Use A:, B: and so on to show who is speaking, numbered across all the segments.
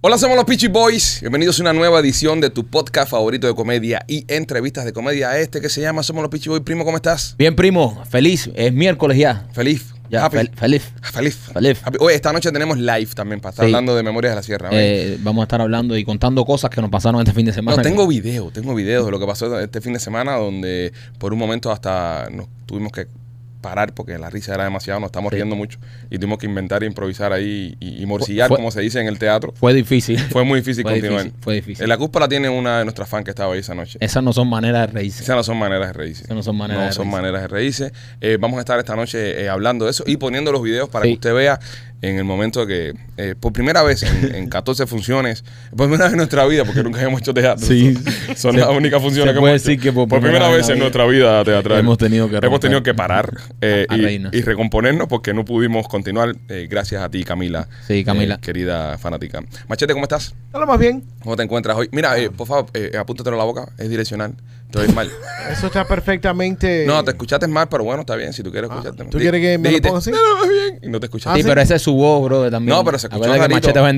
A: Hola, somos los Peachy Boys. Bienvenidos a una nueva edición de tu podcast favorito de comedia y entrevistas de comedia. Este que se llama Somos los Peachy Boys. Primo, ¿cómo estás?
B: Bien, primo, feliz. Es miércoles ya.
A: Feliz.
B: Ya,
A: Happy.
B: fel- feliz.
A: Feliz.
B: Feliz.
A: Happy. Oye, esta noche tenemos live también para estar
B: Sí.
A: hablando de Memorias de la Sierra. ¿ves?
B: Eh, vamos a estar hablando y contando cosas que nos pasaron este fin de semana.
A: no, tengo video, tengo videos de lo que pasó este fin de semana donde por un momento hasta nos tuvimos que parar porque la risa era demasiado, nos estamos
B: Sí.
A: riendo mucho y tuvimos que inventar e improvisar ahí y, y morcillar,
B: Fue-
A: como se dice en el teatro.
B: Fue difícil.
A: Fue muy difícil
B: Fue
A: continuar.
B: difícil, fue difícil.
A: La culpa la tiene una de nuestras fans que estaba ahí esa noche.
B: Esas no son maneras de reírse.
A: Esas no son maneras de reírse.
B: Esas no son maneras
A: No
B: de
A: son
B: reírse.
A: maneras de reírse. Eh, vamos a estar esta noche eh, hablando de eso y poniendo los videos para
B: Sí.
A: que usted vea en el momento que, eh, por primera vez en, en 14 funciones, por primera vez en nuestra vida, porque nunca hemos hecho teatro.
B: Sí.
A: Son- Son
B: Se-
A: las únicas funciones
B: se
A: que hemos
B: puede
A: hecho.
B: decir que por
A: primera vez en
B: la
A: nuestra vida teatral.
B: hemos tenido que
A: Hemos
B: romper.
A: tenido que parar eh,
B: A- a
A: y-
B: reírnos.
A: y, recomponernos porque no pudimos continuar. eh, gracias a ti, Camila.
B: Sí, Camila.
A: eh, querida fanática. Machete, ¿cómo estás?
C: Hola, más bien.
A: ¿Cómo te encuentras hoy? Mira,
B: Ah.
A: eh, por favor, eh, apúntatelo a la boca. Es direccional. Entonces, mal.
C: Eso está perfectamente.
A: No, te escuchaste mal, pero bueno, está bien. Si tú quieres escucharte.
C: Eh, Ah, ¿tú quieres que me lo
A: Dijiste,
C: ponga así?
A: "No, no, más bien", Y no te escuchaste.
C: Ah,
B: sí,
C: sí.
B: pero ese es su voz, bro, también.
A: No, pero se escuchó
B: Acuérdate que
A: rarito.
B: Machete va en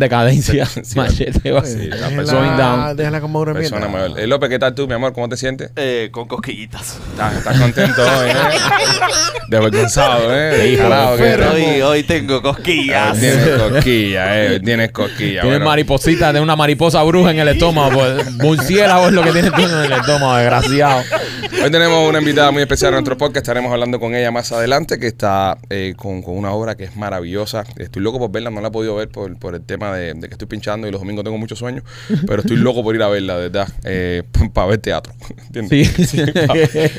B: decadencia.
A: sí,
B: machete va.
A: sí, la
C: eh, déjala,
B: persona- down.
C: déjala como una
A: Persona
C: mierda.
A: mayor. Eh, López, ¿qué tal tú, mi amor? ¿Cómo te sientes?
D: Eh, con cosquillitas.
A: Estás, estás contento hoy, ¿eh? Desvergonzado, ¿eh?
B: Sí, hijo de
A: Descarado que
C: perra.
A: estás.
D: Hoy, hoy tengo cosquillas.
A: Tienes cosquilla, ¿eh? Tienes cosquilla.
B: Tiene
A: bueno.
B: mariposita, tiene una mariposa bruja en el estómago. Pues, murciélago es lo que tiene tú en el estómago, desgraciado.
A: Hoy tenemos una invitada muy especial en nuestro podcast. Estaremos hablando con ella más adelante, que está eh, con, con una obra que es maravillosa. Estoy loco por verla, no la he podido ver por, por el tema de, de que estoy pinchando y los domingos tengo muchos sueños, pero estoy loco por ir a verla, de ¿verdad? Eh, para ver teatro. ¿Entiendes?
B: Sí.
A: pa-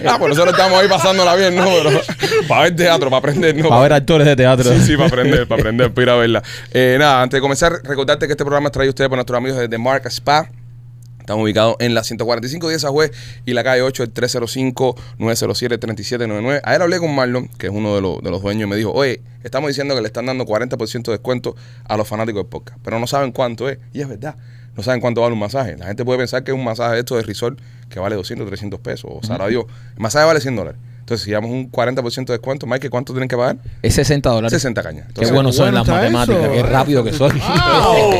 A: ah, pues nosotros estamos ahí pasándola bien, ¿no? Pero para ver teatro, para aprender, ¿no?
B: Para ver actores de teatro.
A: Sí, sí, para aprender, para aprender, para ir a verla. Eh, nada, antes de comenzar, recordarte que este programa es traído a ustedes por nuestros amigos de The Mark Spa. Estamos ubicados en la 145 de Sahue y la calle 8, el 305-907-3799. Ayer hablé con Marlon, que es uno de los, de los dueños, y me dijo, oye, estamos diciendo que le están dando 40% de descuento a los fanáticos de podcast, pero no saben cuánto es. Y es verdad, no saben cuánto vale un masaje. La gente puede pensar que es un masaje de esto de Risol que vale 200, 300 pesos, o Sara Dios. El masaje vale 100 dólares. Entonces, si llevamos un 40% de descuento, Mike, ¿cuánto tienen que pagar?
B: Es 60 dólares.
A: 60 cañas.
B: Qué
A: Entonces,
B: bueno soy en
C: bueno
B: las
C: está
B: matemáticas,
C: eso,
B: qué
C: ¿eh?
B: rápido que soy.
D: Oh,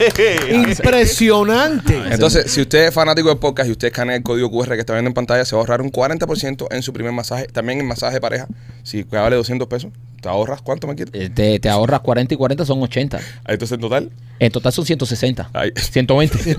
D: eh.
C: Impresionante.
A: Entonces, si usted es fanático del podcast y usted escanea el código QR que está viendo en pantalla, se va a ahorrar un 40% en su primer masaje. También en masaje de pareja. Si vale 200 pesos, te ahorras cuánto me quieres.
B: Eh, Te, te ahorras 40 y 40 son 80.
A: Entonces, en total,
B: En total son 160.
A: Ay.
B: 120.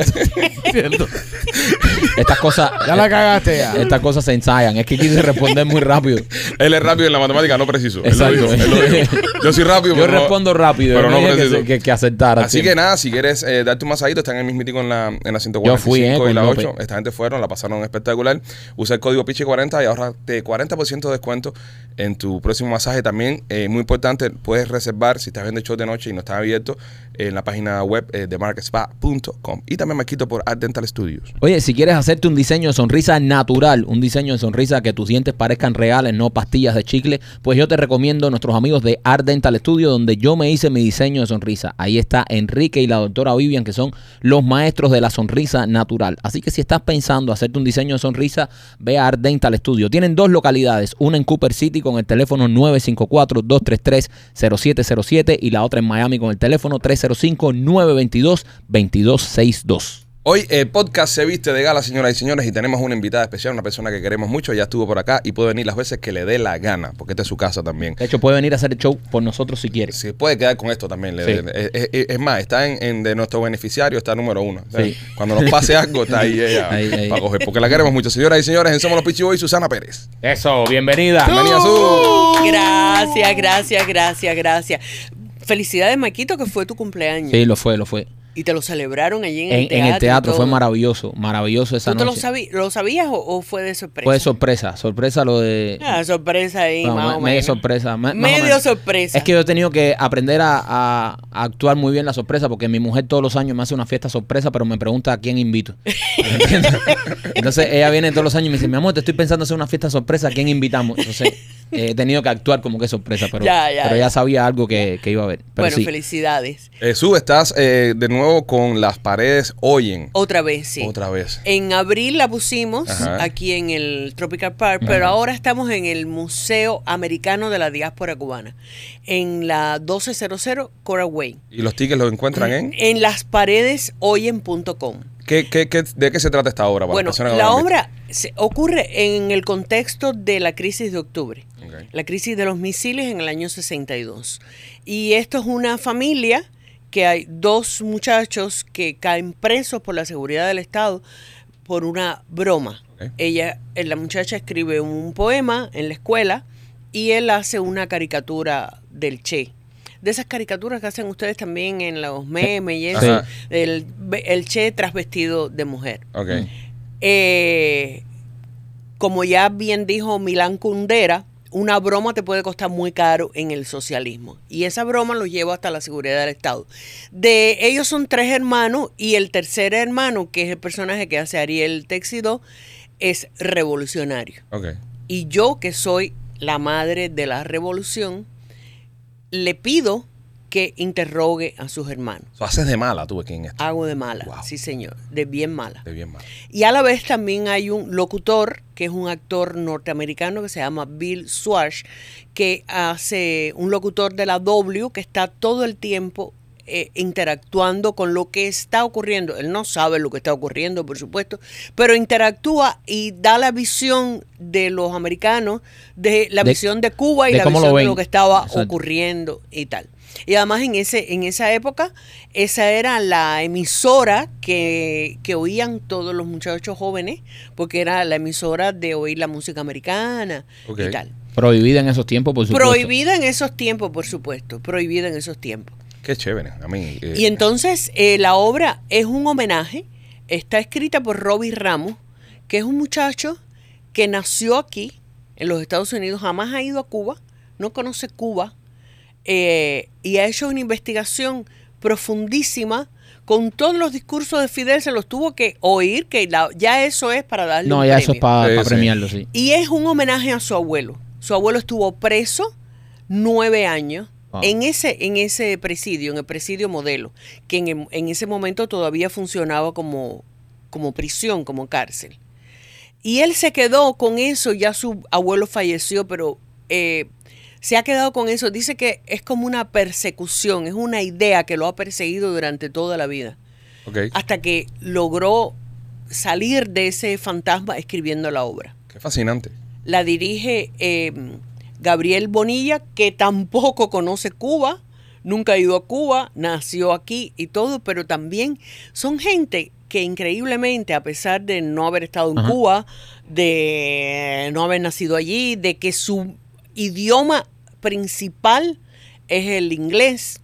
B: estas cosas.
C: Ya la cagaste ya.
B: Estas cosas se ensayan. Es que quise responder muy rápido.
A: él es rápido en la matemática, no preciso. Él lo
B: Exacto.
A: dijo, él lo dijo. Yo soy rápido,
B: Yo
A: pero no-
B: respondo rápido.
A: pero
B: Yo
A: no
B: dije que,
A: preciso.
B: se- que, que aceptara.
A: Así que nada, si quieres eh, darte un masajito, están en el mismitico en la, en la 145
B: Yo fui, eh,
A: y
B: con
A: la
B: López.
A: 8. Esta gente fueron, la pasaron espectacular. Usa el código PICHE40 y ahorrate 40% de descuento en tu próximo masaje. También, eh, muy importante, puedes reservar si estás viendo el show de noche y no está abierto en la página web eh, de marketspa.com. Y también me quito por Art Dental Studios.
B: Oye, si quieres hacerte un diseño de sonrisa natural, un diseño de sonrisa que tus dientes parezcan reales, no pastillas de chicle, pues yo te recomiendo nuestros amigos de Art Dental Studio, donde yo me hice mi diseño de sonrisa. Ahí está Enrique y la doctora Vivian, que son los maestros de la sonrisa natural. Así que si estás pensando hacerte un diseño de sonrisa, ve a Art Dental Studio. Tienen dos localidades, una en Cooper City con el teléfono 954-233-0707 y la otra en Miami con el teléfono 305-922-2262.
A: Hoy el podcast se viste de gala, señoras y señores, y tenemos una invitada especial, una persona que queremos mucho. Ya estuvo por acá y puede venir las veces que le dé la gana, porque esta es su casa también.
B: De hecho, puede venir a hacer el show por nosotros si quiere.
A: Se puede quedar con esto también. le-
B: Sí.
A: le- es, es- es más, está en, en- de nuestro beneficiario, está número uno. O sea,
B: Sí.
A: Cuando nos pase algo, está ahí ella
B: Ahí, ahí.
A: para coger. Porque la queremos mucho. Señoras y señores, en Somos los Pichiboy, Susana Pérez.
B: Eso, bienvenida.
A: Bienvenida, Su.
E: Gracias, gracias, gracias, gracias. Felicidades, Maquito, que fue tu cumpleaños.
B: Sí, lo fue, lo fue.
E: Y te lo celebraron allí en,
B: En,
E: el teatro.
B: en el
E: y
B: teatro
E: todo.
B: fue maravilloso, maravilloso esa
E: ¿Tú te lo,
B: noche.
E: sabí- lo sabías o, o fue de sorpresa?
B: Fue sorpresa, sorpresa lo de.
E: Ah, sorpresa ahí,
B: Bueno,
E: más o
B: me- medio
E: menos.
B: sorpresa. me- más o
E: Medio
B: menos.
E: sorpresa.
B: Es que yo he tenido que aprender a, a- a actuar muy bien la sorpresa porque mi mujer todos los años me hace una fiesta sorpresa, pero me pregunta a quién invito. ¿Entiendes? Entonces ella viene todos los años y me dice, mi amor, te estoy pensando hacer una fiesta sorpresa, ¿a quién invitamos? Entonces eh, he tenido que actuar como que sorpresa, pero
E: Ya, ya,
B: pero
E: ya.
B: sabía algo que, que iba a haber. Pero
E: bueno,
B: sí.
E: felicidades.
A: Eh, Su, estás eh, de nuevo nuevo con Las Paredes Oyen.
E: Otra vez, sí.
A: Otra vez.
E: En abril la pusimos
A: Ajá.
E: aquí en el Tropical Park, pero ahora estamos en el Museo Americano de la Diáspora Cubana, en la 1200 Coraway.
A: ¿Y los tickets los encuentran en?
E: En las paredes hoyen.com.
A: ¿Qué, qué, qué, de qué se trata esta obra? para
E: Bueno,
A: las personas que no
E: la
A: han
E: obra se ocurre en el contexto de la crisis de octubre.
A: visto? Ok.
E: la crisis de los misiles en el año 62. Y esto es una familia que hay dos muchachos que caen presos por la seguridad del Estado por una broma.
A: Ok.
E: Ella, eh, la muchacha escribe un poema en la escuela y él hace una caricatura del Che. De esas caricaturas que hacen ustedes también en los memes y eso,
A: Ajá.
E: el, el Che trasvestido de mujer.
A: Ok.
E: Eh, como ya bien dijo Milán Kundera, una broma te puede costar muy caro en el socialismo. Y esa broma los lleva hasta la seguridad del Estado. De ellos son tres hermanos y el tercer hermano, que es el personaje que hace Ariel Texido, es revolucionario.
A: Ok.
E: Y yo, que soy la madre de la revolución, le pido que interrogue a sus hermanos.
A: So, haces de mala tú aquí en esto.
E: Hago de mala,
A: Wow.
E: sí señor, de bien mala.
A: De bien mala.
E: Y a la vez también hay un locutor, que es un actor norteamericano que se llama Bill Swash, que hace un locutor de la W que está todo el tiempo eh, interactuando con lo que está ocurriendo. Él no sabe lo que está ocurriendo, por supuesto, pero interactúa y da la visión de los americanos, de la
B: De-
E: visión de Cuba y
B: de
E: la
B: cómo
E: visión
B: lo
E: de
B: ven.
E: lo que estaba
B: Exacto.
E: ocurriendo y tal. Y además en ese en esa época esa era la emisora que, que oían todos los muchachos jóvenes porque era la emisora de oír la música americana
A: Ok.
E: y tal.
B: Prohibida en esos tiempos, por supuesto.
E: Prohibida en esos tiempos, por supuesto, prohibida en esos tiempos.
A: Qué chévere. A mí. eh,
E: Y entonces eh, la obra es un homenaje, está escrita por Robbie Ramos, que es un muchacho que nació aquí, en los Estados Unidos, jamás ha ido a Cuba, no conoce Cuba, eh, y ha hecho una investigación profundísima con todos los discursos de Fidel, se los tuvo que oír, que la- ya eso es para darle
B: No,
E: un
B: ya eso es
E: premio.
B: para
A: Sí, sí.
B: premiarlo, sí.
E: Y es un homenaje a su abuelo. Su abuelo estuvo preso nueve años
B: Wow.
E: en, ese, en ese presidio, en el presidio modelo, que en, en ese momento todavía funcionaba como, como prisión, como cárcel. Y él se quedó con eso, ya su abuelo falleció, pero eh, se ha quedado con eso. Dice que es como una persecución, es una idea que lo ha perseguido durante toda la vida
A: ok.
E: hasta que logró salir de ese fantasma escribiendo la obra.
A: Qué fascinante.
E: La dirige eh, Gabriel Bonilla, que tampoco conoce Cuba, nunca ha ido a Cuba, nació aquí y todo, pero también son gente que increíblemente, a pesar de no haber estado en
B: Ajá.
E: Cuba, de no haber nacido allí, de que su idioma principal es el inglés,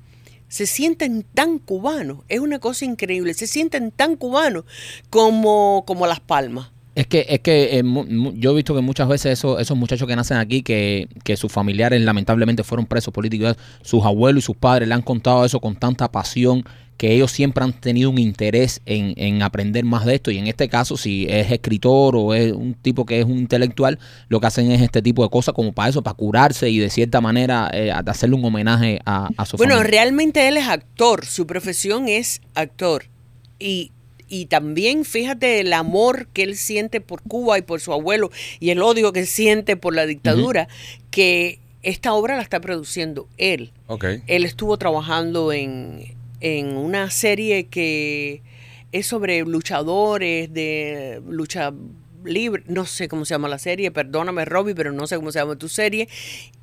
E: se sienten tan cubanos, es una cosa increíble, se sienten tan cubanos como, como Las Palmas.
B: Es que, es que eh, mu- mu- yo he visto que muchas veces esos, esos muchachos que nacen aquí, que, que sus familiares lamentablemente fueron presos políticos, sus abuelos y sus padres le han contado eso con tanta pasión que ellos siempre han tenido un interés en, en aprender más de esto. Y en este caso, si es escritor o es un tipo que es un intelectual, lo que hacen es este tipo de cosas como para eso, para curarse y de cierta manera eh, a- hacerle un homenaje a, a su
E: Bueno,
B: familia.
E: realmente él es actor, su profesión es actor. Y, y también fíjate el amor que él siente por Cuba y por su abuelo y el odio que siente por la dictadura, que esta obra la está produciendo él.
A: Ok.
E: Él estuvo trabajando en, en una serie que es sobre luchadores de lucha libre, no sé cómo se llama la serie, perdóname Robbie, pero no sé cómo se llama tu serie.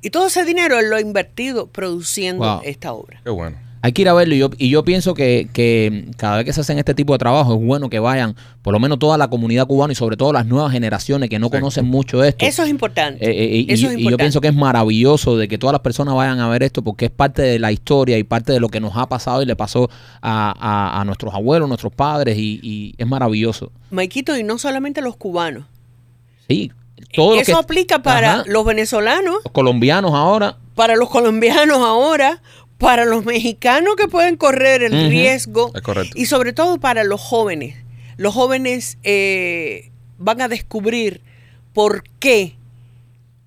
E: Y todo ese dinero él lo ha invertido produciendo
B: Wow.
E: esta obra.
A: Qué bueno.
B: Hay que ir a verlo y yo, y yo pienso que, que cada vez que se hacen este tipo de trabajo es bueno que vayan, por lo menos toda la comunidad cubana y sobre todo las nuevas generaciones que no
A: Exacto.
B: conocen mucho esto.
E: Eso es importante.
B: Eh, eh, y,
E: Eso
B: y-
E: es
B: y yo
E: importante.
B: pienso que es maravilloso de que todas las personas vayan a ver esto porque es parte de la historia y parte de lo que nos ha pasado y le pasó a, a- a nuestros abuelos, nuestros padres y, y es maravilloso.
E: Maikito, y no solamente los cubanos.
B: Sí, todo lo
E: Eso
B: que-
E: aplica para
B: Ajá.
E: los venezolanos,
B: los colombianos ahora
E: para los colombianos ahora, para los mexicanos que pueden correr el
B: Ujú.
E: riesgo
A: Es correcto.
E: y sobre todo para los jóvenes. Los jóvenes eh, van a descubrir por qué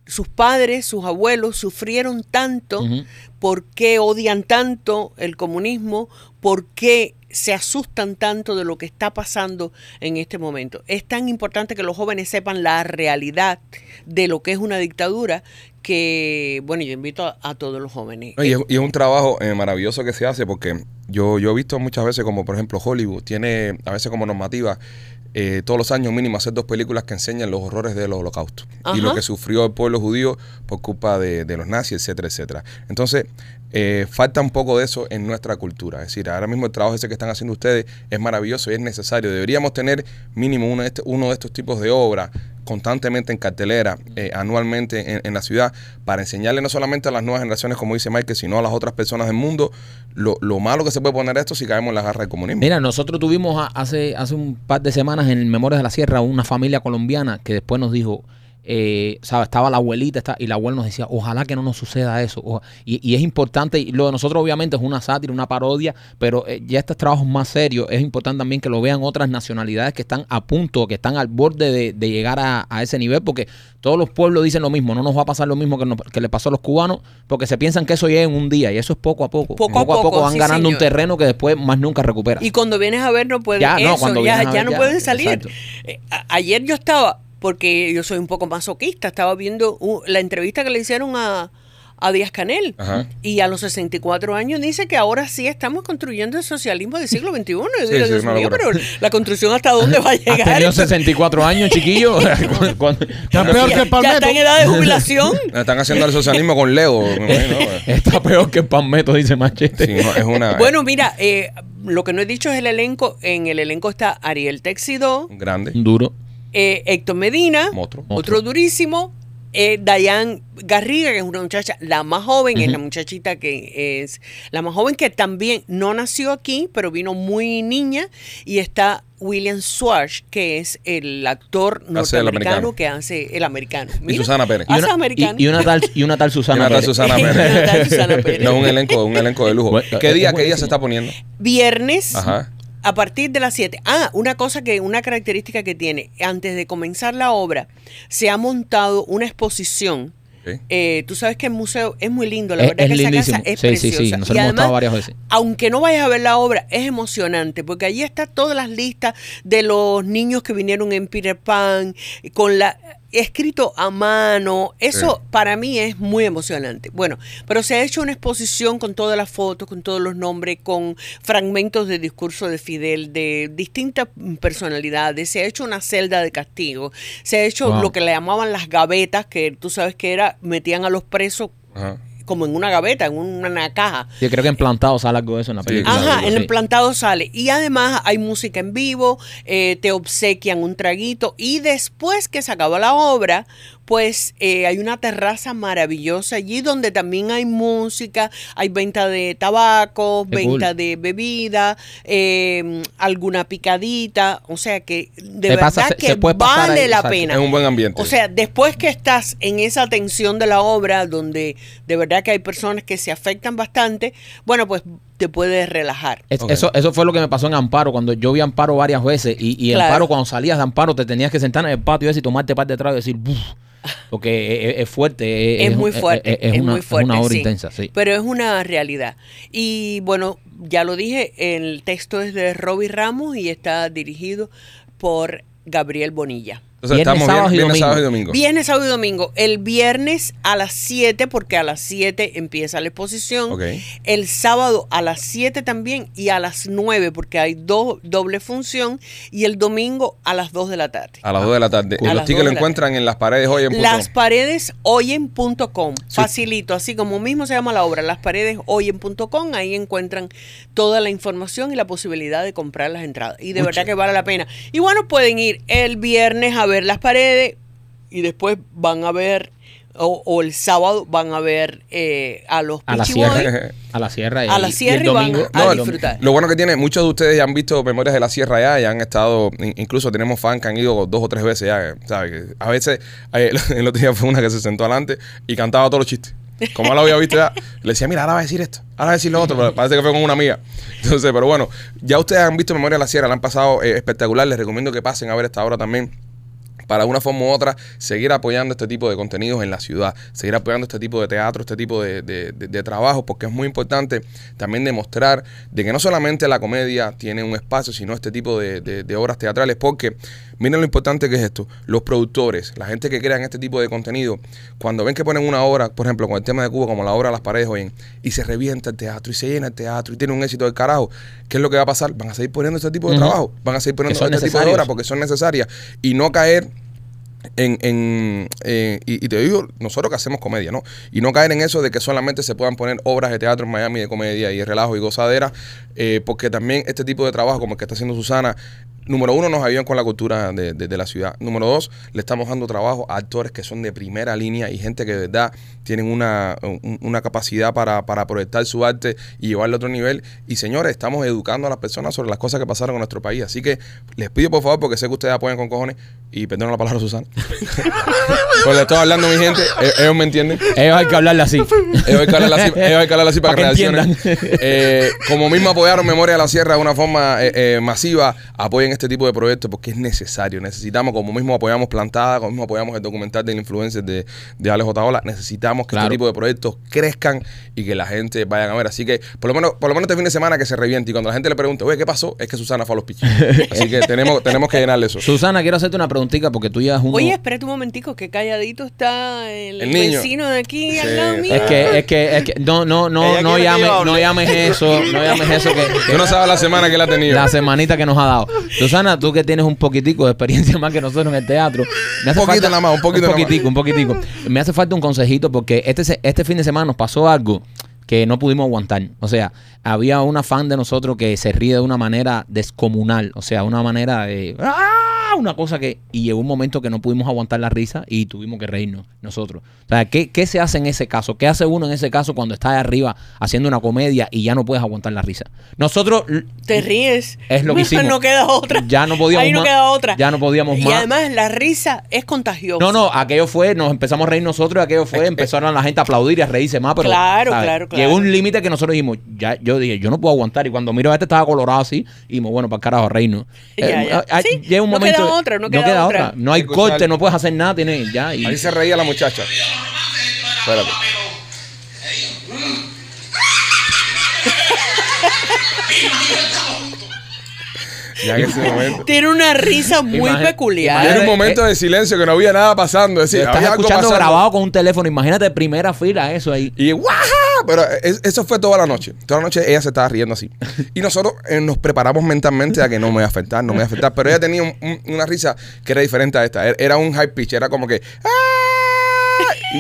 E: sus padres, sus abuelos sufrieron tanto,
B: Ujú.
E: por qué odian tanto el comunismo, por qué se asustan tanto de lo que está pasando en este momento. Es tan importante que los jóvenes sepan la realidad de lo que es una dictadura que, bueno, yo invito a, a todos los jóvenes.
A: No, Y es, y es un trabajo eh, maravilloso que se hace porque yo, yo he visto muchas veces como por ejemplo Hollywood tiene a veces como normativa eh, todos los años mínimo hacer dos películas que enseñan los horrores del holocausto y lo
E: Ajá.
A: que sufrió el pueblo judío por culpa de, de los nazis, etcétera, etcétera. Entonces, eh, falta un poco de eso en nuestra cultura. Es decir, ahora mismo el trabajo ese que están haciendo ustedes es maravilloso y es necesario. Deberíamos tener mínimo uno de, este- uno de estos tipos de obras constantemente en cartelera, eh, anualmente en, en la ciudad, para enseñarle no solamente a las nuevas generaciones, como dice Michael, sino a las otras personas del mundo, lo, lo malo que se puede poner esto si caemos en la garra del comunismo.
B: Mira, nosotros tuvimos a- hace, hace un par de semanas en Memorias de la Sierra una familia colombiana que después nos dijo, eh, ¿sabes? Estaba la abuelita está, y la abuela nos decía, ojalá que no nos suceda eso. oja- Y, y es importante, y lo de nosotros obviamente es una sátira, una parodia, pero eh, ya estos trabajos más serios, es importante también que lo vean otras nacionalidades que están a punto, que están al borde de, de llegar a, a ese nivel, porque todos los pueblos dicen lo mismo, no nos va a pasar lo mismo que, nos- que le pasó a los cubanos, porque se piensan que eso llega en un día, y eso es poco a poco.
E: Poco a poco,
B: van
E: sí,
B: ganando un
E: señor.
B: terreno que después más nunca recuperan.
E: Y cuando vienes a ver no pueden
B: Ya, no,
E: eso,
B: cuando
E: ya,
B: vienes a
E: ya
B: ver,
E: no
B: ya,
E: pueden salir.
B: exacto.
E: Eh, a- ayer yo estaba, porque yo soy un poco masoquista, estaba viendo uh, la entrevista que le hicieron a, a Díaz Canel.
A: Ajá.
E: Y a los 64 años dice que ahora sí estamos construyendo el socialismo del siglo XXI. Yo
A: Sí,
E: digo,
A: sí,
E: Dios
A: una
E: mío,
A: locura.
E: pero la construcción hasta dónde va a
B: Has
E: llegar.
B: tenido 64 años, chiquillo. Cuando- cuando-
C: Está peor que el
E: ya, ya está en
C: palmeto.
E: edad de jubilación.
A: Están haciendo el socialismo con Lego, me imagino. pues.
B: Está peor que el palmeto, dice Machete.
A: Sí, no, es una,
E: Bueno, mira, eh, lo que no he dicho es el elenco. En el elenco está Ariel Texidó,
A: un grande,
B: Un Duro.
E: eh, Héctor Medina,
A: monstruo.
E: otro durísimo. Eh, Dayan Garriga, que es una muchacha, la más joven, es la muchachita que es la más joven, que también no nació aquí, pero vino muy niña. Y está William Swartz, que es el actor
A: Hace el americano.
E: norteamericano que hace el americano. Mira, Ah,
A: Susana Pérez.
E: hace
B: Y una,
E: americano.
B: y- y una tal, y una tal Susana.
A: Y una tal
B: Pérez.
A: Susana
E: Y una
A: Pérez.
E: tal Susana Pérez.
A: No, un elenco, un elenco de lujo.
B: Bueno, eh,
A: ¿Qué
B: es
A: día, qué día se
B: buenísimo.
A: está poniendo?
E: Viernes.
A: Ajá.
E: A partir de las 7. Ah, una cosa que, una característica que tiene, antes de comenzar la obra, se ha montado una exposición.
A: Ok.
E: Eh, tú sabes que el museo es muy lindo, la
B: Es- es
E: verdad que esa
B: lindísimo.
E: casa es
B: Sí, sí, sí,
E: preciosa.
B: nos hemos
E: Y además,
B: montado varias veces.
E: Aunque no vayas a ver la obra, es emocionante, porque allí está todas las listas de los niños que vinieron en Peter Pan, con la escrito a mano. Eso
A: Sí.
E: para mí es muy emocionante. Bueno, pero se ha hecho una exposición con todas las fotos, con todos los nombres, con fragmentos de discurso de Fidel, de distintas personalidades. Se ha hecho una celda de castigo. Se ha hecho
B: Wow.
E: lo que le llamaban las gavetas, que tú sabes que era, metían a los presos
A: Ajá.
E: como en una gaveta, en una caja.
B: Yo creo que en plantado sale algo de eso en la
A: Sí.
B: película.
E: Ajá,
B: Sí.
E: el implantado sale. Y además hay música en vivo, eh, te obsequian un traguito. Y después que se acaba la obra, pues eh, hay una terraza maravillosa allí donde también hay música, hay venta de tabaco,
B: Qué
E: venta
B: cool.
E: de bebida, eh, alguna picadita. O sea que de
B: Se
E: verdad
B: pasa- se-
E: que
B: se puede pasar
E: vale
B: ahí,
E: la
B: exacto.
E: pena.
A: Es un buen ambiente.
E: O sea, después que estás en esa tensión de la obra, donde de verdad que hay personas que se afectan bastante, bueno, pues te puedes relajar.
B: Es-
A: Ok.
B: eso, eso fue lo que me pasó en Amparo, cuando yo vi Amparo varias veces y, y
E: Claro.
B: Amparo cuando salías de Amparo te tenías que sentar en el patio ese y tomarte par de trago y decir, "Buf", porque es, es- es fuerte.
E: Es, muy fuerte,
B: es-
E: es,
B: es una,
E: muy fuerte.
B: Es una hora
E: sí.
B: intensa, sí.
E: Pero es una realidad. Y bueno, ya lo dije, el texto es de Robbie Ramos y está dirigido por Gabriel Bonilla.
A: Entonces
B: Viernes,
A: estamos
B: sábado
A: bien,
B: y
A: viernes,
B: domingo.
A: sábado y domingo.
E: Viernes, sábado y domingo. El viernes a las 7, porque a las 7 empieza la exposición.
A: Ok.
E: El sábado a las 7 también y a las 9, porque hay do- doble función. Y el domingo a las 2 de la tarde.
A: A las 2 de la tarde.
E: A
A: Y los
E: las
A: tickets
E: dos
A: lo
E: de la
A: encuentran en las paredes hoy en punto.
E: Las paredes hoyen.com,
A: Sí.
E: facilito, así como mismo se llama la obra, las paredes hoyen.com, ahí encuentran toda la información y la posibilidad de comprar las entradas. Y de
A: Mucho.
E: verdad que vale la pena. Y bueno, pueden ir el viernes a ver las paredes y después van a ver, o, o el sábado van a ver eh, a los
B: A la
E: Peachy Boys.
A: Sierra.
B: A la sierra y,
E: A la sierra
B: el
E: y van
B: domingo.
E: a
B: el domingo.
E: disfrutar.
A: Lo bueno que tiene, muchos de ustedes ya han visto Memorias de la Sierra ya, ya han estado, in- incluso tenemos fans que han ido dos o tres veces ya, ¿sabes? Que A veces, eh, el otro día fue una que se sentó adelante y cantaba todos los chistes. Como ya lo había visto ya, le decía, mira, ahora va a decir esto, ahora va a decir lo otro, pero parece que fue con una amiga. Entonces, pero bueno, ya ustedes han visto Memorias de la Sierra, la han pasado eh, espectacular, les recomiendo que pasen a ver esta obra también para de una forma u otra seguir apoyando este tipo de contenidos en la ciudad, seguir apoyando este tipo de teatro, este tipo de, de, de- de trabajo, porque es muy importante también demostrar de que no solamente la comedia tiene un espacio, sino este tipo de, de- de obras teatrales, porque miren lo importante que es esto, los productores, la gente que crean este tipo de contenido, cuando ven que ponen una obra, por ejemplo, con el tema de Cuba, como la obra de Las Paredes, oyen, y se revienta el teatro, y se llena el teatro, y tiene un éxito del carajo, ¿qué es lo que va a pasar? Van a seguir poniendo este tipo de
B: Ujú.
A: trabajo, van a seguir poniendo
B: son
A: este tipo de
B: necesarios.
A: obras, porque son necesarias, y no caer en, en- eh, y, y te digo, nosotros que hacemos comedia, ¿no? Y no caer en eso de que solamente se puedan poner obras de teatro en Miami de comedia y de relajo y gozadera, eh, porque también este tipo de trabajo como el que está haciendo Susana, número uno, nos ayudan con la cultura de, de- de la ciudad. Número dos, le estamos dando trabajo a actores que son de primera línea y gente que de verdad tienen una, un- una capacidad para, para proyectar su arte y llevarlo a otro nivel. Y señores, estamos educando a las personas sobre las cosas que pasaron en nuestro país. Así que les pido por favor, porque sé que ustedes apoyan con cojones, y perdón la palabra Susana. Pues le estoy hablando a mi gente, e- ellos me entienden.
B: Ellos hay que hablarle así.
A: Ellos hay que hablarle así, ellos hay que hablarle así para,
B: Para
A: que
B: que
A: reaccionen. Eh, como mismo apoyaron Memoria de la Sierra de una forma eh, eh, masiva, apoyen este tipo de proyectos porque es necesario. Necesitamos, como mismo apoyamos Plantada, como mismo apoyamos el documental del influencer de, de Alex Otaola, necesitamos que
B: Claro.
A: este tipo de proyectos crezcan y que la gente vayan a ver. Así que, por lo menos, por lo menos este fin de semana que se reviente y cuando la gente le pregunte, oye, ¿qué pasó? Es que Susana fue a los pichos. Así que tenemos, tenemos que llenarle eso.
B: Susana, quiero hacerte una preguntita porque tú llevas un.
E: Oye, espérate un momentico, que calladito está el,
A: El niño.
E: vecino de aquí
A: Sí.
E: al lado mío.
B: Es que, es que, es que, no, no, no,
D: Ella
B: no
D: quiere que
B: llames,
D: yo hable.
B: no llames eso, no llames eso que, que
A: Tú no sabes la semana que la ha tenido.
B: la semanita que nos ha dado. Susana, tú que tienes un poquitico de experiencia más que nosotros en el teatro. Me
A: Un poquito nada más, un poquito nada más.
B: poquitico, un poquitico. Me hace falta un consejito porque este, se- este fin de semana nos pasó algo que no pudimos aguantar. O sea, había una fan de nosotros que se ríe de una manera descomunal. O sea, una manera de... ¡Ah! Una cosa que... Y llegó un momento que no pudimos aguantar la risa y tuvimos que reírnos nosotros. O sea, ¿qué, qué se hace en ese caso? ¿Qué hace uno en ese caso cuando está ahí arriba haciendo una comedia y ya no puedes aguantar la risa? Nosotros
E: Te ríes.
B: Es lo que hicimos.
E: no queda otra.
B: Ya no podíamos
E: Ahí no
B: más.
E: queda otra.
B: Ya no podíamos
E: y
B: más.
E: además la risa es contagiosa.
B: No, no, aquello fue, nos empezamos a reír nosotros, aquello fue, empezaron la gente a aplaudir y a reírse más, pero
E: Eh, Claro, claro, claro.
B: llegó un límite que nosotros dijimos, ya, yo dije, yo no puedo aguantar, y cuando miro a este estaba colorado así, y dijimos, bueno, para carajo, reírnos.
E: Ya, ya.
B: ah,
E: Sí,
B: llega un
E: no
B: momento,
E: queda otra, no queda otra.
B: no hay
A: Escuchar-
B: corte, no puedes hacer nada, tienes, ya, y
A: Ahí se reía la muchacha. Espérate. Ya en ese momento.
E: Tiene una risa muy
B: Imagina-
E: peculiar.
B: imagina-
A: Era un momento de silencio que no había nada pasando. Es
B: lo
A: decir,
B: estás
A: había algo
B: escuchando
A: pasando.
B: grabado con un teléfono, imagínate de primera fila eso ahí.
A: Y ¡guaja! Pero es- eso fue toda la noche. Toda la noche ella se estaba riendo así. Y nosotros eh, nos preparamos mentalmente a que no me va a afectar, no me va a afectar. Pero ella tenía un- un- una risa que era diferente a esta. Era- Era un high pitch, era como que. "Ah",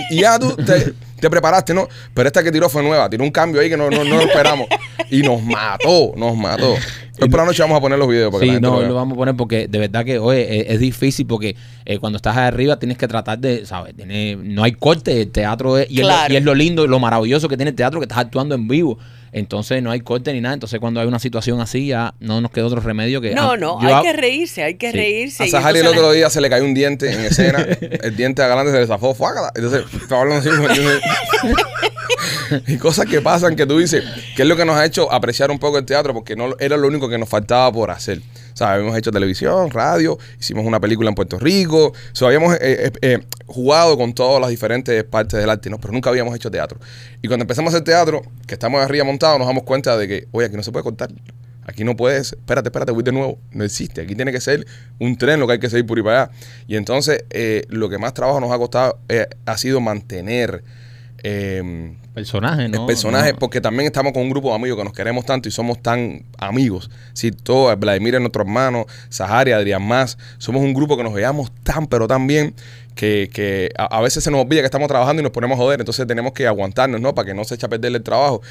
A: Y, y ya tú te, te preparaste, ¿no? Pero esta que tiró fue nueva, tiró un cambio ahí que no, no, no lo esperamos. Y nos mató, nos mató. Hoy por la noche vamos a poner los videos. Para que
B: Sí,
A: la gente
B: no,
A: lo
B: lo,
A: vea.
B: vamos a poner porque de verdad que, oye, es, es difícil porque eh, cuando estás ahí arriba tienes que tratar de, ¿sabes? Tiene- no hay corte, el teatro es, y, es lo-
E: Claro.
B: y es lo lindo, lo maravilloso que tiene el teatro que estás actuando en vivo. Entonces no hay corte ni nada. Entonces cuando hay una situación así ya no nos queda otro remedio que...
E: no,
B: ah,
E: no,
B: yo
E: hay
B: hago-
E: que reírse, hay que
B: Sí.
E: reírse.
A: A
E: y
A: Sahari el
E: entonces
A: otro
E: la-
A: día se le cayó un diente en escena. el diente a Galante se le zafó. ¡Fuácala! Entonces, estaba hablando así. como entonces- y cosas que pasan que tú dices, que es lo que nos ha hecho apreciar un poco el teatro, porque no era lo único que nos faltaba por hacer. O sea, habíamos hecho televisión, radio, hicimos una película en Puerto Rico. O sea, habíamos eh, eh, eh, jugado con todas las diferentes partes del arte, ¿no? pero nunca habíamos hecho teatro. Y cuando empezamos a hacer teatro, que estamos arriba montados, nos damos cuenta de que, oye, aquí no se puede contar. Aquí no puedes, espérate, espérate, voy de nuevo. No existe. Aquí tiene que ser un tren lo que hay que seguir por y para allá. Y entonces, eh, lo que más trabajo nos ha costado eh, ha sido mantener eh,
B: Personaje, ¿no?
A: el personaje,
B: no.
A: porque también estamos con un grupo de amigos que nos queremos tanto y somos tan amigos. Si todo, Vladimir es nuestro hermano, Sahari, Adrián Más, somos un grupo que nos veamos tan, pero tan bien que, que a, a veces se nos olvida que estamos trabajando y nos ponemos a joder. Entonces tenemos que aguantarnos, ¿no? Para que no se eche a perder el trabajo.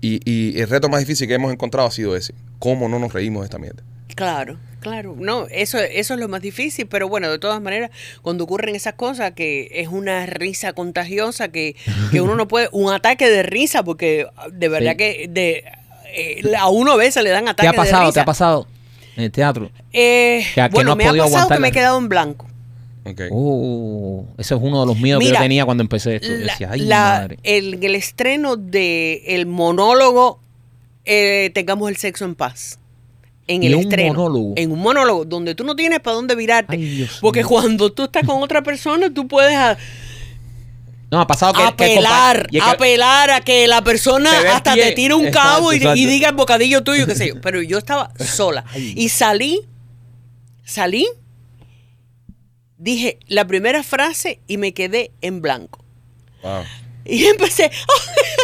A: Y, y el reto más difícil que hemos encontrado ha sido ese: ¿cómo no nos reímos de esta mierda?
E: Claro, claro. No, eso, eso es lo más difícil, pero bueno, de todas maneras, cuando ocurren esas cosas, que es una risa contagiosa, que, que uno no puede, un ataque de risa, porque ah, de verdad
B: Sí.
E: que de, eh, a uno a veces le dan
B: ¿Te
E: ataques
B: ha
E: de
B: pasado? ¿Te
E: risa.
B: ha pasado en el teatro?
E: Eh,
B: Que- que
E: bueno,
B: no has
E: me ha
B: podido
E: pasado
B: aguantar
E: que me he
B: la-
E: quedado en blanco.
A: Ok.
B: Oh, ese es uno de los miedos que
E: Mira,
B: yo tenía cuando empecé esto. Yo
E: La-
B: decía, ay,
E: la-
B: madre.
E: el, el estreno de el monólogo eh, Tengamos el sexo en paz. en
B: Y
E: el
B: un
E: estreno.
B: monólogo.
E: En un monólogo, donde tú no tienes para dónde virarte.
B: Ay, Dios
E: porque
B: mío.
E: cuando tú estás con otra persona, tú puedes a-
B: No, ha pasado Ah, que. que
E: apelar,
B: compa- y es que-
E: apelar a que la persona
B: Te dé
E: hasta
B: pie.
E: te tire un
B: Exacto,
E: cabo y,
B: exacto.
E: y diga el bocadillo tuyo, qué sé yo. Pero yo estaba sola. Y salí, salí, dije la primera frase y me quedé en blanco.
A: Wow.
E: Y empecé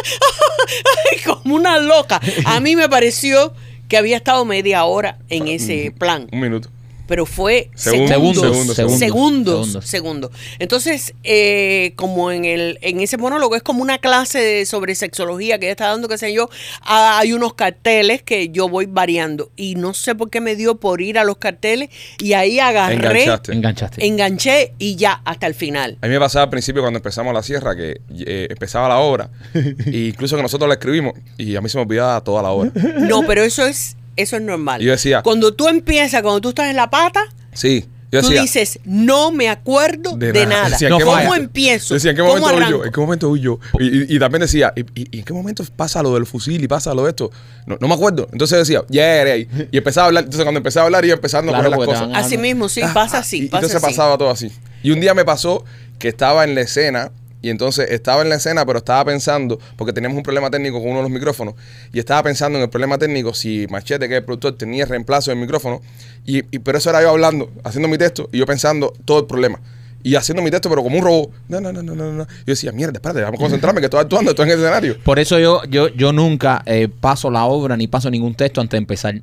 E: como una loca. A mí me pareció que había estado media hora en ese plan,
A: Un minuto.
E: pero fue
A: Segundo,
E: segundos,
A: segundo,
E: segundos,
A: segundo.
E: segundos,
B: Segundos.
E: Entonces, eh, como en el en ese monólogo es como una clase de- sobre sexología que ella está dando, qué sé yo, ah, hay unos carteles que yo voy variando y no sé por qué me dio por ir a los carteles y ahí agarré,
A: Enganchaste.
B: Enganchaste.
E: enganché y ya hasta el final.
A: A mí me pasaba al principio cuando empezamos la sierra que eh, empezaba la obra, e incluso que nosotros la escribimos, y a mí se me olvidaba toda la obra.
E: No, pero eso es eso es normal.
A: Yo decía-
E: cuando tú empiezas, cuando tú estás en la pata,
A: Sí, yo
E: tú
A: decía.
E: dices, no me acuerdo de, nada.
A: Decía,
B: No,
A: ¿en qué
E: ¿Cómo
A: momento-
E: empiezo?
A: Decía, ¿en qué
E: ¿Cómo
A: momento huyo?
E: arranco?
A: ¿En qué momento huyo? Y, y- y también decía, ¿y, y- y en qué momento pasa lo del fusil y pasa lo de esto? No, no me acuerdo. Entonces decía, ya era ahí. Y empezaba a hablar. Entonces cuando empezaba a hablar, iba empezando
B: Claro,
A: a coger
B: porque
A: las
B: te
A: cosas.
B: van
E: Así mismo, sí, pasa
A: "Ah, Y-
E: así,
A: y
E: pasa
A: entonces
E: así.
A: pasaba todo así. Y un día me pasó que estaba en la escena y entonces estaba en la escena, pero estaba pensando, porque teníamos un problema técnico con uno de los micrófonos, y estaba pensando en el problema técnico si Machete, que es el productor, tenía reemplazo del micrófono, y, y- pero eso era yo hablando, haciendo mi texto, y yo pensando todo el problema. Y haciendo mi texto, pero como un robot. No, no, no, no, no. no. Yo decía, mierda, espérate, vamos a concentrarme, que estoy actuando, estoy en el escenario.
B: Por eso yo, yo, yo nunca eh, paso la obra ni paso ningún texto antes de empezar.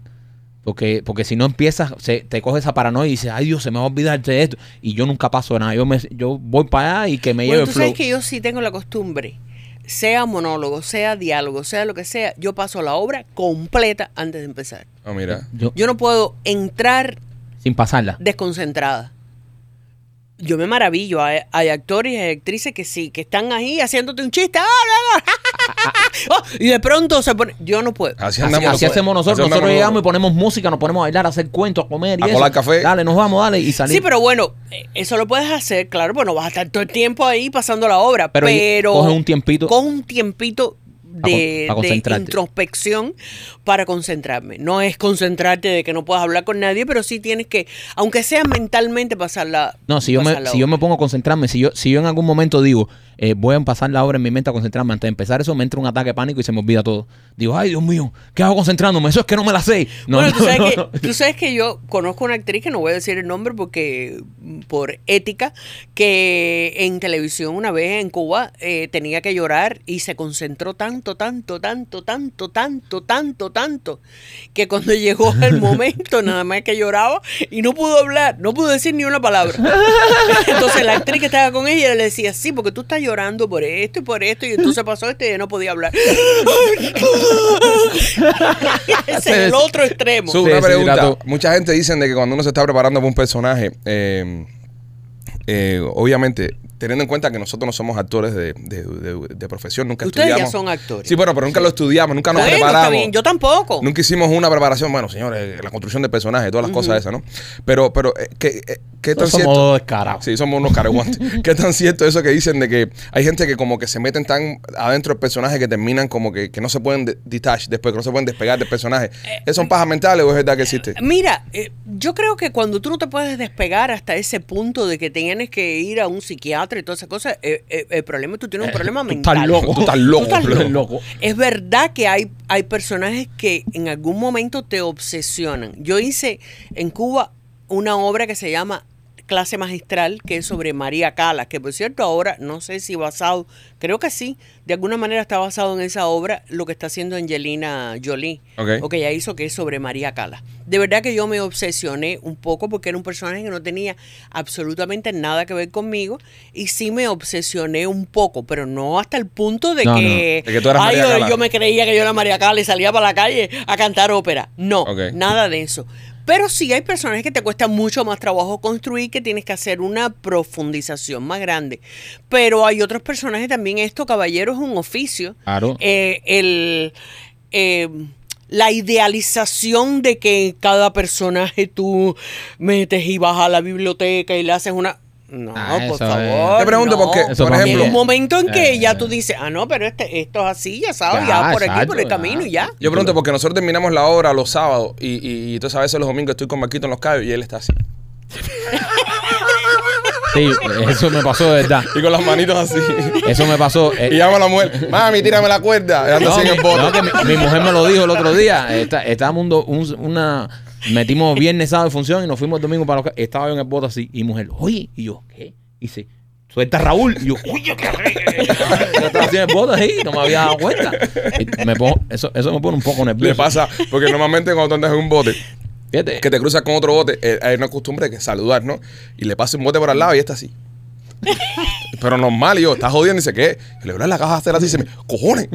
B: Porque, porque si no empiezas, se- te coge esa paranoia y dices, ay Dios, se me va a olvidar de esto. Y yo nunca paso nada. Yo, me, yo voy para allá y que me
E: Bueno,
B: lleve
E: tú
B: el flow.
E: sabes que yo sí tengo la costumbre, sea monólogo, sea diálogo, sea lo que sea, yo paso la obra completa antes de empezar.
A: Ah, mira.
B: Yo-
E: Yo no puedo entrar
B: sin pasarla.
E: desconcentrada. Yo me maravillo, hay, hay actores y hay actrices que sí, que están ahí haciéndote un chiste, ah, no, no, oh, y de pronto se pone, yo no puedo.
A: Así
B: Así,
A: andamos
B: así hacemos nosotros.
A: Así andamos
B: Nosotros llegamos y ponemos música, nos ponemos a bailar, a hacer cuentos, a comer y
A: A
B: eso.
A: colar café.
B: Dale, nos vamos, dale. Y salir.
E: Sí, pero bueno, eh, eso lo puedes hacer, claro, pues no vas a estar todo el tiempo ahí pasando la obra,
B: Pero
E: pero,
B: coge un tiempito.
E: Coge un tiempito de,
B: Pa con- pa
E: de
B: concentrarte.
E: introspección para concentrarme. No es concentrarte de que no puedas hablar con nadie, pero sí tienes que, aunque sea mentalmente, pasarla.
B: No, si yo, me,
E: pasarla
B: si yo
E: obra.
B: me pongo a concentrarme, si yo, si yo en algún momento digo, eh, voy a pasar la obra en mi mente a concentrarme, antes de empezar eso me entra un ataque de pánico y se me olvida todo. Digo, ay Dios mío, ¿qué hago concentrándome? Eso es que no me la sé. No,
E: bueno, tú,
B: no,
E: sabes
B: no,
E: que,
B: no.
E: tú sabes que yo conozco una actriz que no voy a decir el nombre porque mm, por ética, que en televisión una vez en Cuba eh, tenía que llorar y se concentró tanto, tanto, tanto, tanto, tanto, tanto, tanto, que cuando llegó el momento nada más que lloraba y no pudo hablar, no pudo decir ni una palabra. Entonces la actriz que estaba con ella le decía, sí, porque tú estás llorando por esto y por esto y entonces pasó esto y ella no podía hablar. Ese es el otro extremo.
A: Su,
B: Sí,
A: una
B: sí,
A: pregunta.
B: Tato.
A: Mucha gente dicen de que cuando uno se está preparando para un personaje, eh, eh, obviamente, teniendo en cuenta que nosotros no somos actores de, de- de- de profesión, nunca
E: Ustedes ya
A: estudiamos.
E: son actores.
A: Sí, bueno, pero nunca lo estudiamos, nunca nos
E: Bueno, está
A: preparamos.
E: bien, Yo tampoco.
A: Nunca hicimos una preparación, bueno, señores, la construcción de personajes, todas las cosas esas, ¿no? Pero, pero, eh, ¿qué, eh, qué tan
B: Somos
A: cierto?
B: dos descarados.
A: Sí, somos unos careguantes. ¿Qué tan cierto eso que dicen de que hay gente que como que se meten tan adentro del personaje que terminan como que, que no se pueden de- detach después, que no se pueden despegar del personaje?
B: Eh,
A: ¿Es ¿Son pajas mentales o es verdad que existe?
E: Mira, eh, yo creo que cuando tú no te puedes despegar hasta ese punto de que tienes que ir a un psiquiatra y todas esas cosas, eh, eh, el problema es que tú tienes un problema
B: tú
E: mental.
B: estás loco.
A: Tú estás loco,
E: estás
A: loco.
B: loco.
E: Es verdad que hay, hay personajes que en algún momento te obsesionan. Yo hice en Cuba una obra que se llama Clase Magistral, que es sobre María Calas, que por cierto ahora no sé si basado, creo que sí, de alguna manera está basado en esa obra lo que está haciendo Angelina Jolie,
A: Ok.
E: o que ella hizo que es sobre María Calas. De verdad que yo me obsesioné un poco porque era un personaje que no tenía absolutamente nada que ver conmigo y sí me obsesioné un poco, pero no hasta el punto de
B: No, no,
E: que,
A: de que tú eras
E: ay,
A: María
E: yo-
A: Cala.
E: yo me creía que yo era María Cala y salía para la calle a cantar ópera. No,
A: Ok.
E: nada de eso. Pero sí hay personajes que te cuesta mucho más trabajo construir, que tienes que hacer una profundización más grande. Pero hay otros personajes también. Esto, caballero, es un oficio.
B: Claro.
E: Eh, el, eh, la idealización de que cada personaje tú metes y vas a la biblioteca y le haces una... No,
B: Ah,
E: por
B: eso es-
E: favor.
A: Te pregunto
E: no.
A: porque,
B: Eso
A: por
B: para mí
E: Llega
A: ejemplo,
E: un momento en que
B: Eh,
E: ya
B: eh.
E: tú dices, ah, no, pero este, esto es así, ya
B: Ya,
E: sabes, ya por aquí,
B: exacto,
E: por el
B: ya.
E: camino, y ya.
A: yo pregunto porque nosotros terminamos la obra los sábados y, y, y entonces a veces los domingos estoy con Marquito en los cabos y él está así.
B: Sí, eso me pasó de verdad.
A: Y con las manitos así.
B: Eso me pasó. eh,
A: y llama a la mujer, mami, tírame la cuerda. Anda
B: no,
A: así en el bote.
B: no, que mi, mi mujer me lo dijo el otro día. Está- estábamos un do- un- una. Metimos viernes, sábado de función y nos fuimos el domingo para los. ca- Estaba yo en el bote así. Y mujer, oye. Y yo, ¿qué? Y dice, suelta a Raúl. Y yo, oye, qué rico. Yo estaba así en el bote así. No me había dado cuenta. Y me pongo- eso, eso me pone un poco nervioso.
A: Le pasa, porque normalmente cuando tú andas en un bote,
B: Fíjate.
A: que te cruzas con otro bote, eh, hay una costumbre de que saludar, ¿no? Y le pasa un bote por al lado y está así. Pero normal, y yo, está jodiendo, y dice, ¿qué? Y le abro la caja de así y se me, cojones.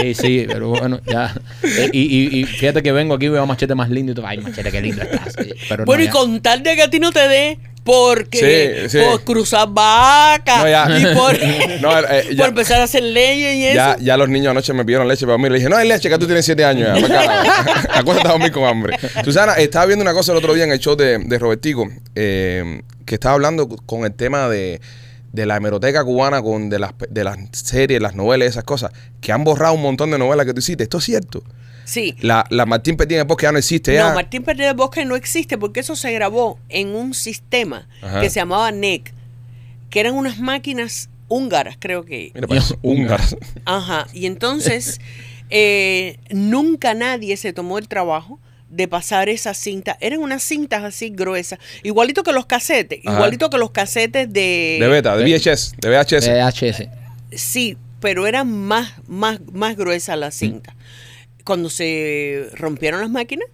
B: Sí, sí, pero bueno, ya. Eh, Y, y- y fíjate que vengo aquí y veo machete más lindo y todo. Ay, machete, qué lindo estás. Eh, Pero no,
E: bueno, y
B: ya.
E: con tal de que a ti no te dé, porque
A: Sí, sí.
E: por cruzar vacas
A: No, ya.
E: y por,
A: No, eh, ya.
E: por empezar a hacer leyes y eso.
A: Ya, ya los niños anoche me pidieron leche para dormir. Le dije, no hay leche, que tú tienes 7 años. Ya. Acá- Acuérdate a dormir con hambre. Susana, estaba viendo una cosa el otro día en el show de, de Robertico, eh, que estaba hablando con el tema de, de la hemeroteca cubana, con de las, de las series, las novelas, esas cosas, que han borrado un montón de novelas que tú hiciste. Esto es cierto.
E: Sí.
A: La, la Martín Petín de Bosque ya no existe. Ya.
E: No, Martín Pérez del Bosque no existe porque eso se grabó en un sistema
A: Ajá.
E: que se llamaba NEC, que eran unas máquinas húngaras, creo que.
A: Mira, pues, húngaro.
E: Ajá. Y entonces, eh, nunca nadie se tomó el trabajo de pasar esas cintas. Eran unas cintas así gruesas, igualito que los casetes,
A: Ajá.
E: igualito que los casetes de.
A: De beta, de
B: eh,
A: VHS, de VHS.
B: VHS.
E: Sí, pero eran más, más, más gruesas
A: Mm.
E: las cintas. Cuando se rompieron las máquinas,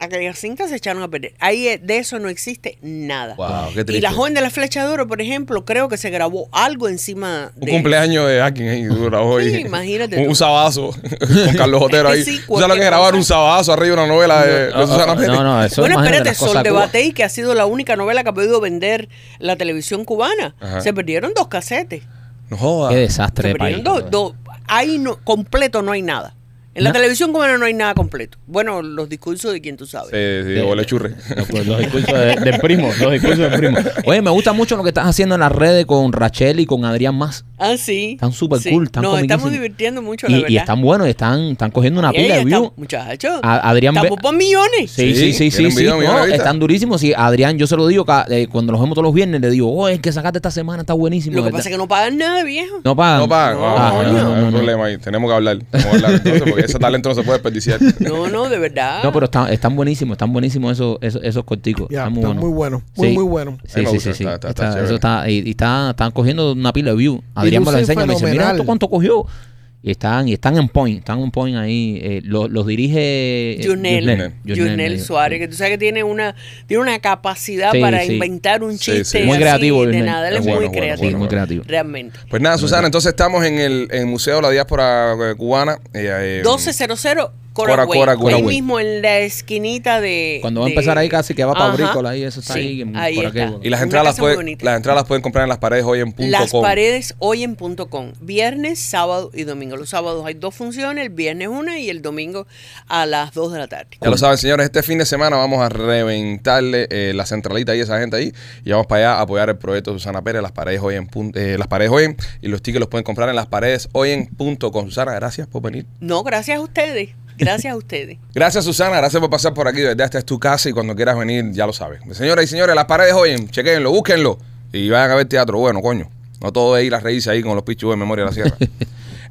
E: aquellas cintas se echaron a perder. Ahí eh, de eso no existe nada.
A: Wow, qué triste.
E: y la joven de la flecha de oro, por ejemplo, creo que se grabó algo encima
A: Un
E: de
A: cumpleaños de alguien ahí dura hoy.
E: Sí, imagínate
A: Un,
E: tú.
A: un sabazo con Carlos Otero
E: Es que
A: ahí.
E: sí,
A: ¿Tú ¿Sabes lo que
E: cualquier
A: es grabar
E: cosa.
A: un sabazo arriba de una novela de, de
B: Ah,
A: Susana
B: ah,
A: Pérez?
B: no, no, eso
E: bueno,
B: imagínate
E: espérate,
B: las cosas
E: Sol de
B: Cuba.
E: Batey, que ha sido la única novela que ha podido vender la televisión cubana.
A: Ajá.
E: Se perdieron dos casetes.
A: No jodas.
B: Qué
E: Se
B: desastre de país.
E: perdieron dos, dos. Ahí no, completo no hay nada. En la
B: No.
E: televisión cubana no hay nada completo. Bueno, los discursos de quien tú sabes.
A: Sí, sí, o le churre.
B: Los, pues, los discursos de- del primo, los discursos del primo. Oye, me gusta mucho lo que estás haciendo en las redes con Rachel y con Adrián Más.
E: Ah, sí.
B: Están súper
E: Sí.
B: cool, están
E: Nos estamos
B: comiquísimos.
E: divirtiendo mucho, la
B: Y,
E: verdad.
B: y están buenos, y están, están cogiendo una
E: Ey,
B: pila de
E: está-
B: views.
E: Muchachos,
B: A- Adrián Be-
E: estamos por millones.
B: Sí,
A: Sí,
B: sí, sí, sí,
A: tienen
B: sí.
A: video,
B: no,
A: video de vista.
B: están durísimos. Y Adrián, yo se lo digo ca- eh, cuando los vemos todos los viernes, le digo, oh, es que sacaste esta semana, está buenísimo.
E: Lo que
B: ¿verdad?".
E: pasa es que no pagan nada, viejo.
B: No pagan.
A: No, pa, no,
B: Ah,
A: no, no,
B: no, no,
A: hay
B: no, no.
A: problema ahí. Tenemos que hablar. Tenemos que hablar entonces, porque ese talento no se puede desperdiciar.
E: No, no, de
A: Ah.
E: verdad.
B: No, pero están, están buenísimos, están buenísimos esos, esos, esos corticos.
C: Ya,
B: están muy
C: están
B: buenos.
C: muy buenos, muy,
B: Sí.
C: muy buenos.
A: A mí
B: Sí,
A: me
B: sí,
A: gusta,
B: sí, sí.
A: está- está-
B: Está-
A: está
B: eso
A: chévere.
B: está, y, y está- están cogiendo una pila de views. Adrián me lo
C: lucen
B: enseña, me dice, mira
C: fenomenal.
B: esto cuánto cogió. Y están, y están en point, están en point ahí. eh, lo- los dirige eh,
E: Junel,
A: Yunel.
B: Yunel,
E: Junel
B: eh,
E: Suárez, que tú sabes que tiene una, tiene una capacidad
B: Sí,
E: para
B: sí.
E: inventar un
A: Sí,
E: chiste
A: sí.
B: Muy
E: así
B: creativo,
E: de
B: Yunel.
E: nada. Él es
A: Es bueno,
E: muy
A: bueno,
E: creativo.
B: Sí, muy creativo.
E: Realmente.
A: Pues nada, Susana, entonces estamos en el, en el Museo de la Diáspora eh, Cubana. eh, eh,
E: 1200
A: Cora-
E: Cora
A: Cora-
E: Way.
A: Cora
E: Ahí
A: Way.
E: mismo en la esquinita de.
B: Cuando va a
E: de-
B: empezar ahí casi que va para
E: Ajá.
B: Brícola ahí, eso está
E: Sí,
B: ahí en
E: ahí
B: Coraquebo.
E: está.
A: y las
E: Una
A: entradas las,
E: casa muy
A: pueden-
E: bonita.
A: las entradas las pueden comprar en las paredes hoy en punto
E: Las
A: com.
E: paredes hoy en punto com. Viernes, sábado y domingo. Los sábados hay dos funciones, el viernes una y el domingo a las 2 de la tarde.
A: Ya lo saben, señores, este fin de semana vamos a reventarle eh, la centralita y esa gente ahí. Y vamos para allá a apoyar el proyecto de Susana Pérez, las paredes hoy en pun- eh, las paredes hoy en, y los tickets los pueden comprar en las paredes hoy en punto con Susana, gracias por venir.
E: No, gracias a ustedes. Gracias a ustedes.
A: Gracias Susana, gracias por pasar por aquí. De verdad, esta es tu casa y cuando quieras venir, ya lo sabes. Señoras y señores, las paredes hoy en, chequenlo, búsquenlo y vayan a ver teatro. Bueno, coño. No todo es ir a reírse ahí con los pichos de memoria de la sierra.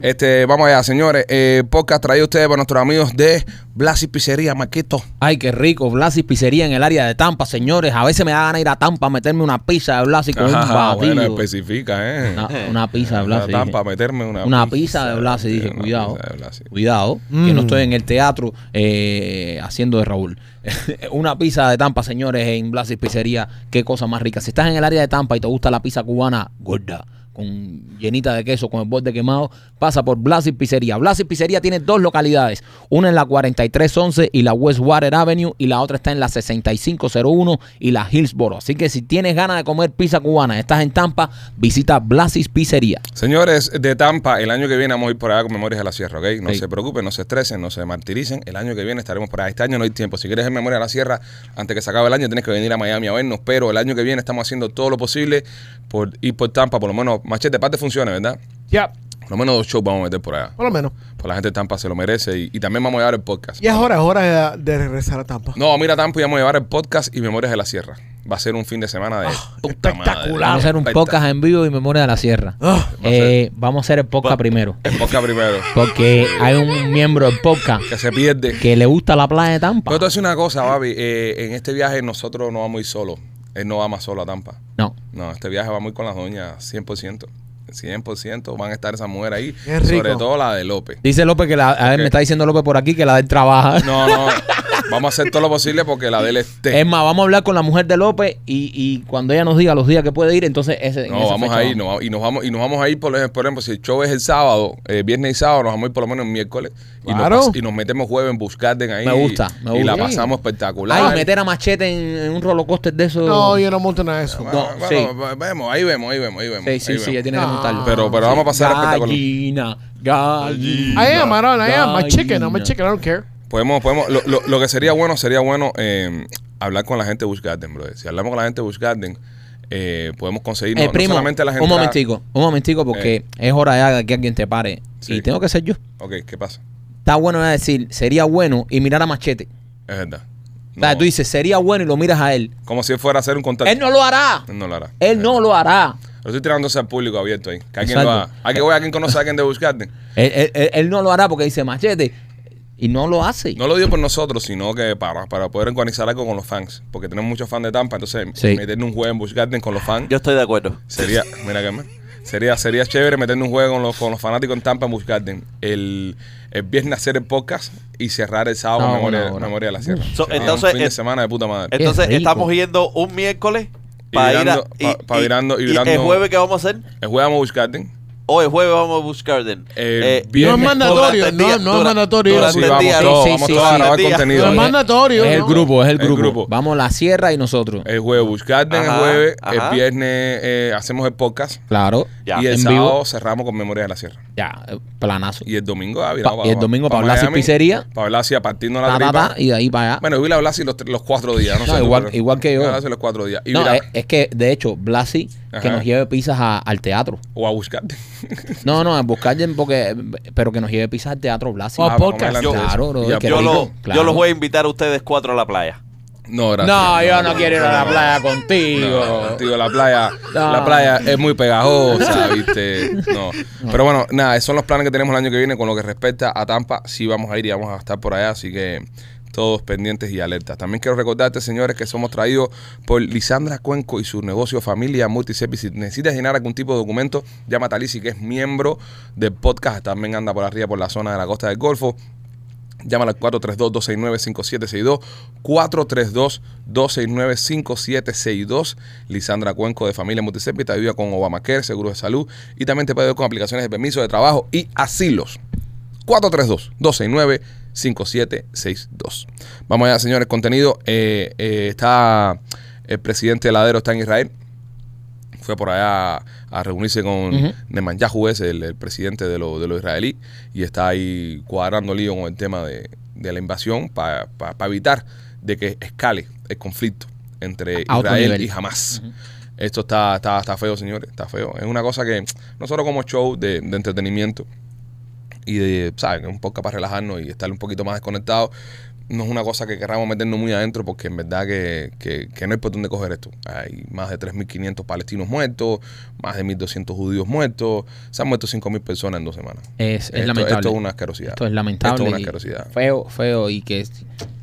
A: este, vamos allá, señores. Eh, podcast traído a ustedes para nuestros amigos de Blas y Pizzería, Maquito.
B: Ay, qué rico, Blasi Pizzería en el área de Tampa, señores. A veces me da ganas de ir a Tampa a meterme una pizza de Blasi con un
A: Ajá,
B: batido.
A: bueno, especifica, ¿eh?
B: una, una pizza de Blasi.
A: Una
B: dije.
A: tampa, meterme una
B: Una
A: pizza
B: pizza de Blasi, dije,
A: una
B: cuidado.
A: pizza de Blasi.
B: Cuidado, que no estoy en el teatro eh, haciendo de Raúl. una pizza de Tampa, señores, en Blasi Pizzería. Qué cosa más rica. Si estás en el área de Tampa y te gusta la pizza cubana, gorda. con llenita de queso, con el borde quemado, pasa por Blas y Pizzería. Blas y Pizzería tiene dos localidades, una en la 4311 y la Westwater Avenue y la otra está en la 6501 y la Hillsboro. Así que si tienes ganas de comer pizza cubana, estás en Tampa, visita Blasis Pizzería.
A: Señores de Tampa, el año que viene vamos a ir por allá con Memorias de la Sierra, ¿ok? No
B: Sí.
A: se preocupen, no se estresen, no se martiricen. El año que viene estaremos por allá. Este año no hay tiempo. Si quieres ver Memorias de la Sierra, antes que se acabe el año, tienes que venir a Miami a vernos. Pero el año que viene estamos haciendo todo lo posible por ir por Tampa. Por lo menos, machete, parte funciona, ¿verdad?
C: Ya,
A: Por lo menos dos shows vamos a meter por allá.
C: por lo menos.
A: Por la gente de Tampa se lo merece. Y, y también vamos a llevar el podcast.
C: Ya es hora, es hora de, de regresar a Tampa.
A: No, mira Tampa y vamos a llevar el podcast y Memorias de la Sierra. Va a ser un fin de semana de puta madre.
C: Ah, espectacular.
B: Vamos a hacer un podcast en vivo y memoria de la sierra.
C: Ah,
A: va a ser-
B: Eh, vamos a hacer el podcast primero.
A: El podcast primero.
B: Porque hay un miembro del podcast
A: Que se pierde.
B: que le gusta la playa de Tampa.
A: Pero te voy a decir una cosa, Babi. eh, en este viaje nosotros no vamos a ir solos. Él no va más solo a Tampa.
B: No.
A: No, este viaje vamos a ir con las doñas 100%. 100% van a estar esas mujeres ahí.
C: Qué rico.
A: Sobre todo la de López.
B: Dice López que la. A
A: Ok.
B: ver, me está diciendo López por aquí que la del trabaja.
A: No, no. vamos a hacer todo lo posible porque la de él esté.
B: Es más, vamos a hablar con la mujer de López y, y cuando ella nos diga los días que puede ir, entonces ese. en
A: No,
B: esa
A: vamos
B: fecha
A: a ir, no, y nos vamos, y nos vamos a ir, por ejemplo, por ejemplo, si el show es el sábado, eh, viernes y sábado, nos vamos a ir por lo menos el miércoles. Y, nos
C: Claro.
A: pas- y nos metemos jueves en Buscarden ahí.
B: Me gusta, me
A: Y la
B: gusta.
A: pasamos espectacular.
B: Ay, meter a machete en, en un roller coaster de eso.
C: No, yo no monto nada de eso.
A: Bueno,
B: no,
A: bueno,
B: sí.
A: ve- vemos, ahí vemos, ahí vemos, ahí vemos.
B: Sí, sí,
A: ahí
B: sí,
A: vemos.
B: ella tiene que
C: Ah.
B: montarlo.
A: Pero, pero vamos a pasar espectacular.
B: Gallina, gallina.
C: I am, I don't, I am. My chicken, I'm a
B: gallina.
C: chicken, I don't care.
A: Podemos, podemos, lo, lo- lo que sería bueno, sería bueno eh, hablar con la gente de Bush Garden, brother. Si hablamos con la gente de Bush Garden, eh, podemos conseguir no-
B: Eh,
A: no
B: primo,
A: solamente las
B: un
A: entradas-
B: momentico, un momentico, porque
A: Eh.
B: es hora ya de que alguien te pare.
A: Sí.
B: Y tengo que ser yo.
A: Ok, ¿qué pasa?
B: Está bueno ya decir, sería bueno y mirar a Machete.
A: Es verdad.
B: O sea,
A: No,
B: tú dices, sería bueno y lo miras a él.
A: Como si él fuera a hacer un contacto.
B: Él no lo hará.
A: Él no lo hará.
B: Él no lo hará.
A: Lo estoy tirándose al público abierto ahí. Que alguien lo
B: Exacto.
A: haga. Hay que voy a alguien conoce a alguien de Bush Garden.
B: Él, él- él- él no lo hará porque dice Machete. Y no lo hace.
A: No lo digo por nosotros, sino que para, para poder organizar algo con los fans. Porque tenemos muchos fans de Tampa, entonces
B: Sí.
A: meterle un juego en Bush Garden con los fans.
D: Yo estoy de acuerdo.
A: Sería, mira que me- sería, sería chévere meternos un juego con los, con los fanáticos en Tampa en Busch Garden. El, el viernes hacer el podcast y cerrar el sábado con
B: No,
A: memoria,
B: no, no.
A: memoria de la sierra.
D: So,
A: Sería
D: entonces,
A: un fin de
D: eh,
A: semana de puta madre.
D: Entonces
B: rico.
D: estamos yendo un miércoles
A: Y
D: para ir a.
A: virando- pa- pa' virando- y virando-
D: ¿El jueves qué vamos a hacer?
A: El jueves vamos a Busch Garden.
D: Hoy el jueves vamos a Busch Garden. Eh,
A: El
C: No
A: viernes-
C: es mandatorio,
D: durante el
C: no,
D: día-
C: no es
D: dura-
C: mandatorio.
A: Todos sí,
D: durante el
A: vamos
D: día,
A: todos,
B: sí,
A: vamos
B: sí,
A: todos a
B: sí.
A: grabar
D: Durante el día.
A: contenido.
C: Pero es
A: El,
C: mandatorio.
B: es el
C: ¿no?
B: grupo, es el
A: eh, El
B: grupo.
A: grupo. Eh.
B: Vamos la sierra y nosotros.
A: el jueves Busch Garden, el
D: Ajá,
A: jueves, el
D: ajá.
A: viernes eh, hacemos el podcast.
B: Claro.
D: Ya.
A: y el
B: en
A: sábado
B: vivo.
A: cerramos con Memoria de la Sierra.
B: Ya, eh, planazo.
A: Y el domingo ah, a
B: Pa- y el domingo pa' Blasi Pizzería.
A: Para Blasi a partirnos la
B: Ta, ta,
A: tripa.
B: ta, y de ahí para allá.
A: Bueno, yo vi la Blasi los, tre- los cuatro días. No,
B: No,
A: sé tú,
B: igual-
A: pero-
B: igual que yo.
A: La Blasi los cuatro días. Y
B: No, eh.
A: mira,
B: es, es que de hecho, Blasi que
A: Ajá.
B: nos lleve pizzas a- al teatro.
A: o a buscar.
B: No, no, a buscar porque pero que nos lleve pizzas al teatro Blasi.
C: O a
A: Ah,
C: podcast.
A: vamos adelante.
B: Claro, bro,
A: Ya,
B: qué
D: yo,
B: rico,
D: lo,
B: claro.
D: yo los voy a invitar a ustedes cuatro a la playa.
A: No, gracias.
B: No, yo no quiero ir a la playa contigo.
A: No, contigo, la playa,
B: No.
A: la playa es muy pegajosa, ¿viste? No. Pero bueno, nada, esos son los planes que tenemos el año que viene con lo que respecta a Tampa. Sí vamos a ir y vamos a estar por allá, así que todos pendientes y alertas. También quiero recordarte, señores, que somos traídos por Lisandra Cuenco y su negocio Familia Multiservice. Si necesitas llenar algún tipo de documento, llama a Talisi, que es miembro del podcast. También anda por arriba, por la zona de la costa del Golfo. Llámala al 432-269-5762. 432-269-5762. Lisandra Cuenco de Familia Multiservice te ayuda con Obamacare, Seguro de Salud y también te puede ayudar con aplicaciones de permiso de trabajo y asilos. 432-269-5762. Vamos allá, señores. Contenido. eh, eh, está el presidente Heladero, está en Israel. Fue por allá a reunirse con
B: Ujú.
A: Netanyahu, es el, el presidente de los de los israelíes, y está ahí cuadrando lío con el tema de, de la invasión para evitar de que escale el conflicto entre
B: A otro
A: Israel
B: nivel.
A: y Hamas. Esto está, está, está feo, señores, está feo. Es una cosa que nosotros como show de, de entretenimiento y de, ¿saben? Un poco para relajarnos y estar un poquito más desconectados. No es una cosa que queramos meternos muy adentro porque en verdad que, que- que no hay por dónde coger esto. Hay más de 3.500 palestinos muertos, más de 1.200 judíos muertos. Se han muerto 5.000 personas en dos semanas.
B: Es- es
A: Esto-
B: lamentable.
A: Esto es una asquerosidad.
B: Esto es lamentable.
A: Esto es una
B: y
A: asquerosidad.
B: Feo, feo. Y que,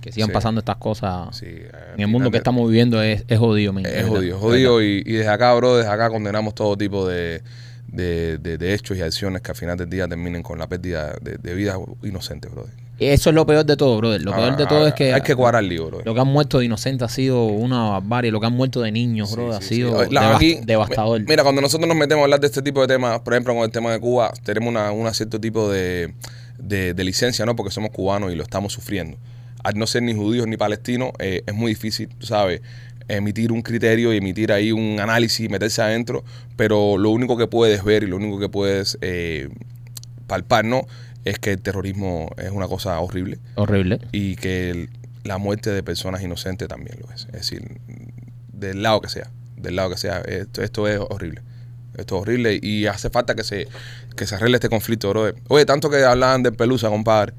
B: que sigan
A: Sí.
B: pasando estas cosas.
A: Sí, eh,
B: En el mundo
A: finalmente-
B: que estamos viviendo es, es jodido, men, de
A: Es
B: verdad,
A: jodido,
B: de
A: jodido. Y, y desde acá, bro, desde acá condenamos todo tipo de, de, de- de hechos y acciones que al final del día terminen con la pérdida de, de vidas inocentes, brother.
B: Eso es lo peor de todo, brother. Lo peor de
A: Ah,
B: todo es que.
A: Hay que cuadrar el lío, brother.
B: Lo que han muerto de inocentes ha sido una barbarie. Lo que han muerto de niños,
A: Sí,
B: bro, ha
A: sí, sí.
B: sido
A: La-
B: devast-
A: aquí,
B: devastador.
A: mi- Mira, cuando nosotros nos metemos a hablar de este tipo de temas, por ejemplo, con el tema de Cuba, tenemos una, una cierto tipo de, de- de licencia, ¿no? Porque somos cubanos y lo estamos sufriendo. Al no ser ni judíos ni palestinos, eh, es muy difícil, tú ¿sabes? Emitir un criterio y emitir ahí un análisis, meterse adentro, pero lo único que puedes ver y lo único que puedes eh, palpar, ¿no? Es que el terrorismo es una cosa horrible
B: Horrible.
A: y que el- la muerte de personas inocentes también lo es. Es decir, del lado que sea, del lado que sea, esto, esto es horrible. Esto es horrible y hace falta que se, que se arregle este conflicto, brother. Oye, tanto que hablaban del Pelusa, compadre.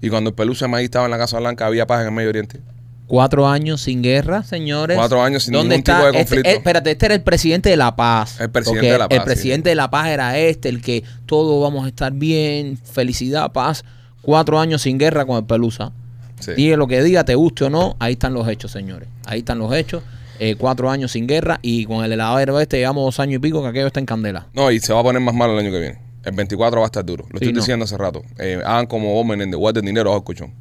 A: Y cuando el Pelusa Maí estaba en la Casa Blanca, había paz en el Medio Oriente.
B: Cuatro años sin guerra, señores.
A: Cuatro años sin
B: ¿Dónde
A: ningún tipo de
B: Este-
A: conflicto.
B: eh, espérate, este era el presidente de La Paz.
A: El presidente
B: Porque
A: de La Paz,
B: El presidente
A: sí.
B: de La Paz era este, el que todos vamos a estar bien, felicidad, paz. Cuatro años sin guerra con el Pelusa.
A: Sí.
B: Diga lo que diga, te guste o no, ahí están los hechos, señores. Ahí están los hechos. Eh, cuatro años sin guerra y con el heladero este llevamos dos años y pico que aquello está en candela.
A: No, y se va a poner más malo el año que viene. El 24 va a estar duro. Lo estoy
B: Sí, no.
A: diciendo hace rato. Eh, hagan como vos, Menéndez. Guarden dinero bajo el colchón.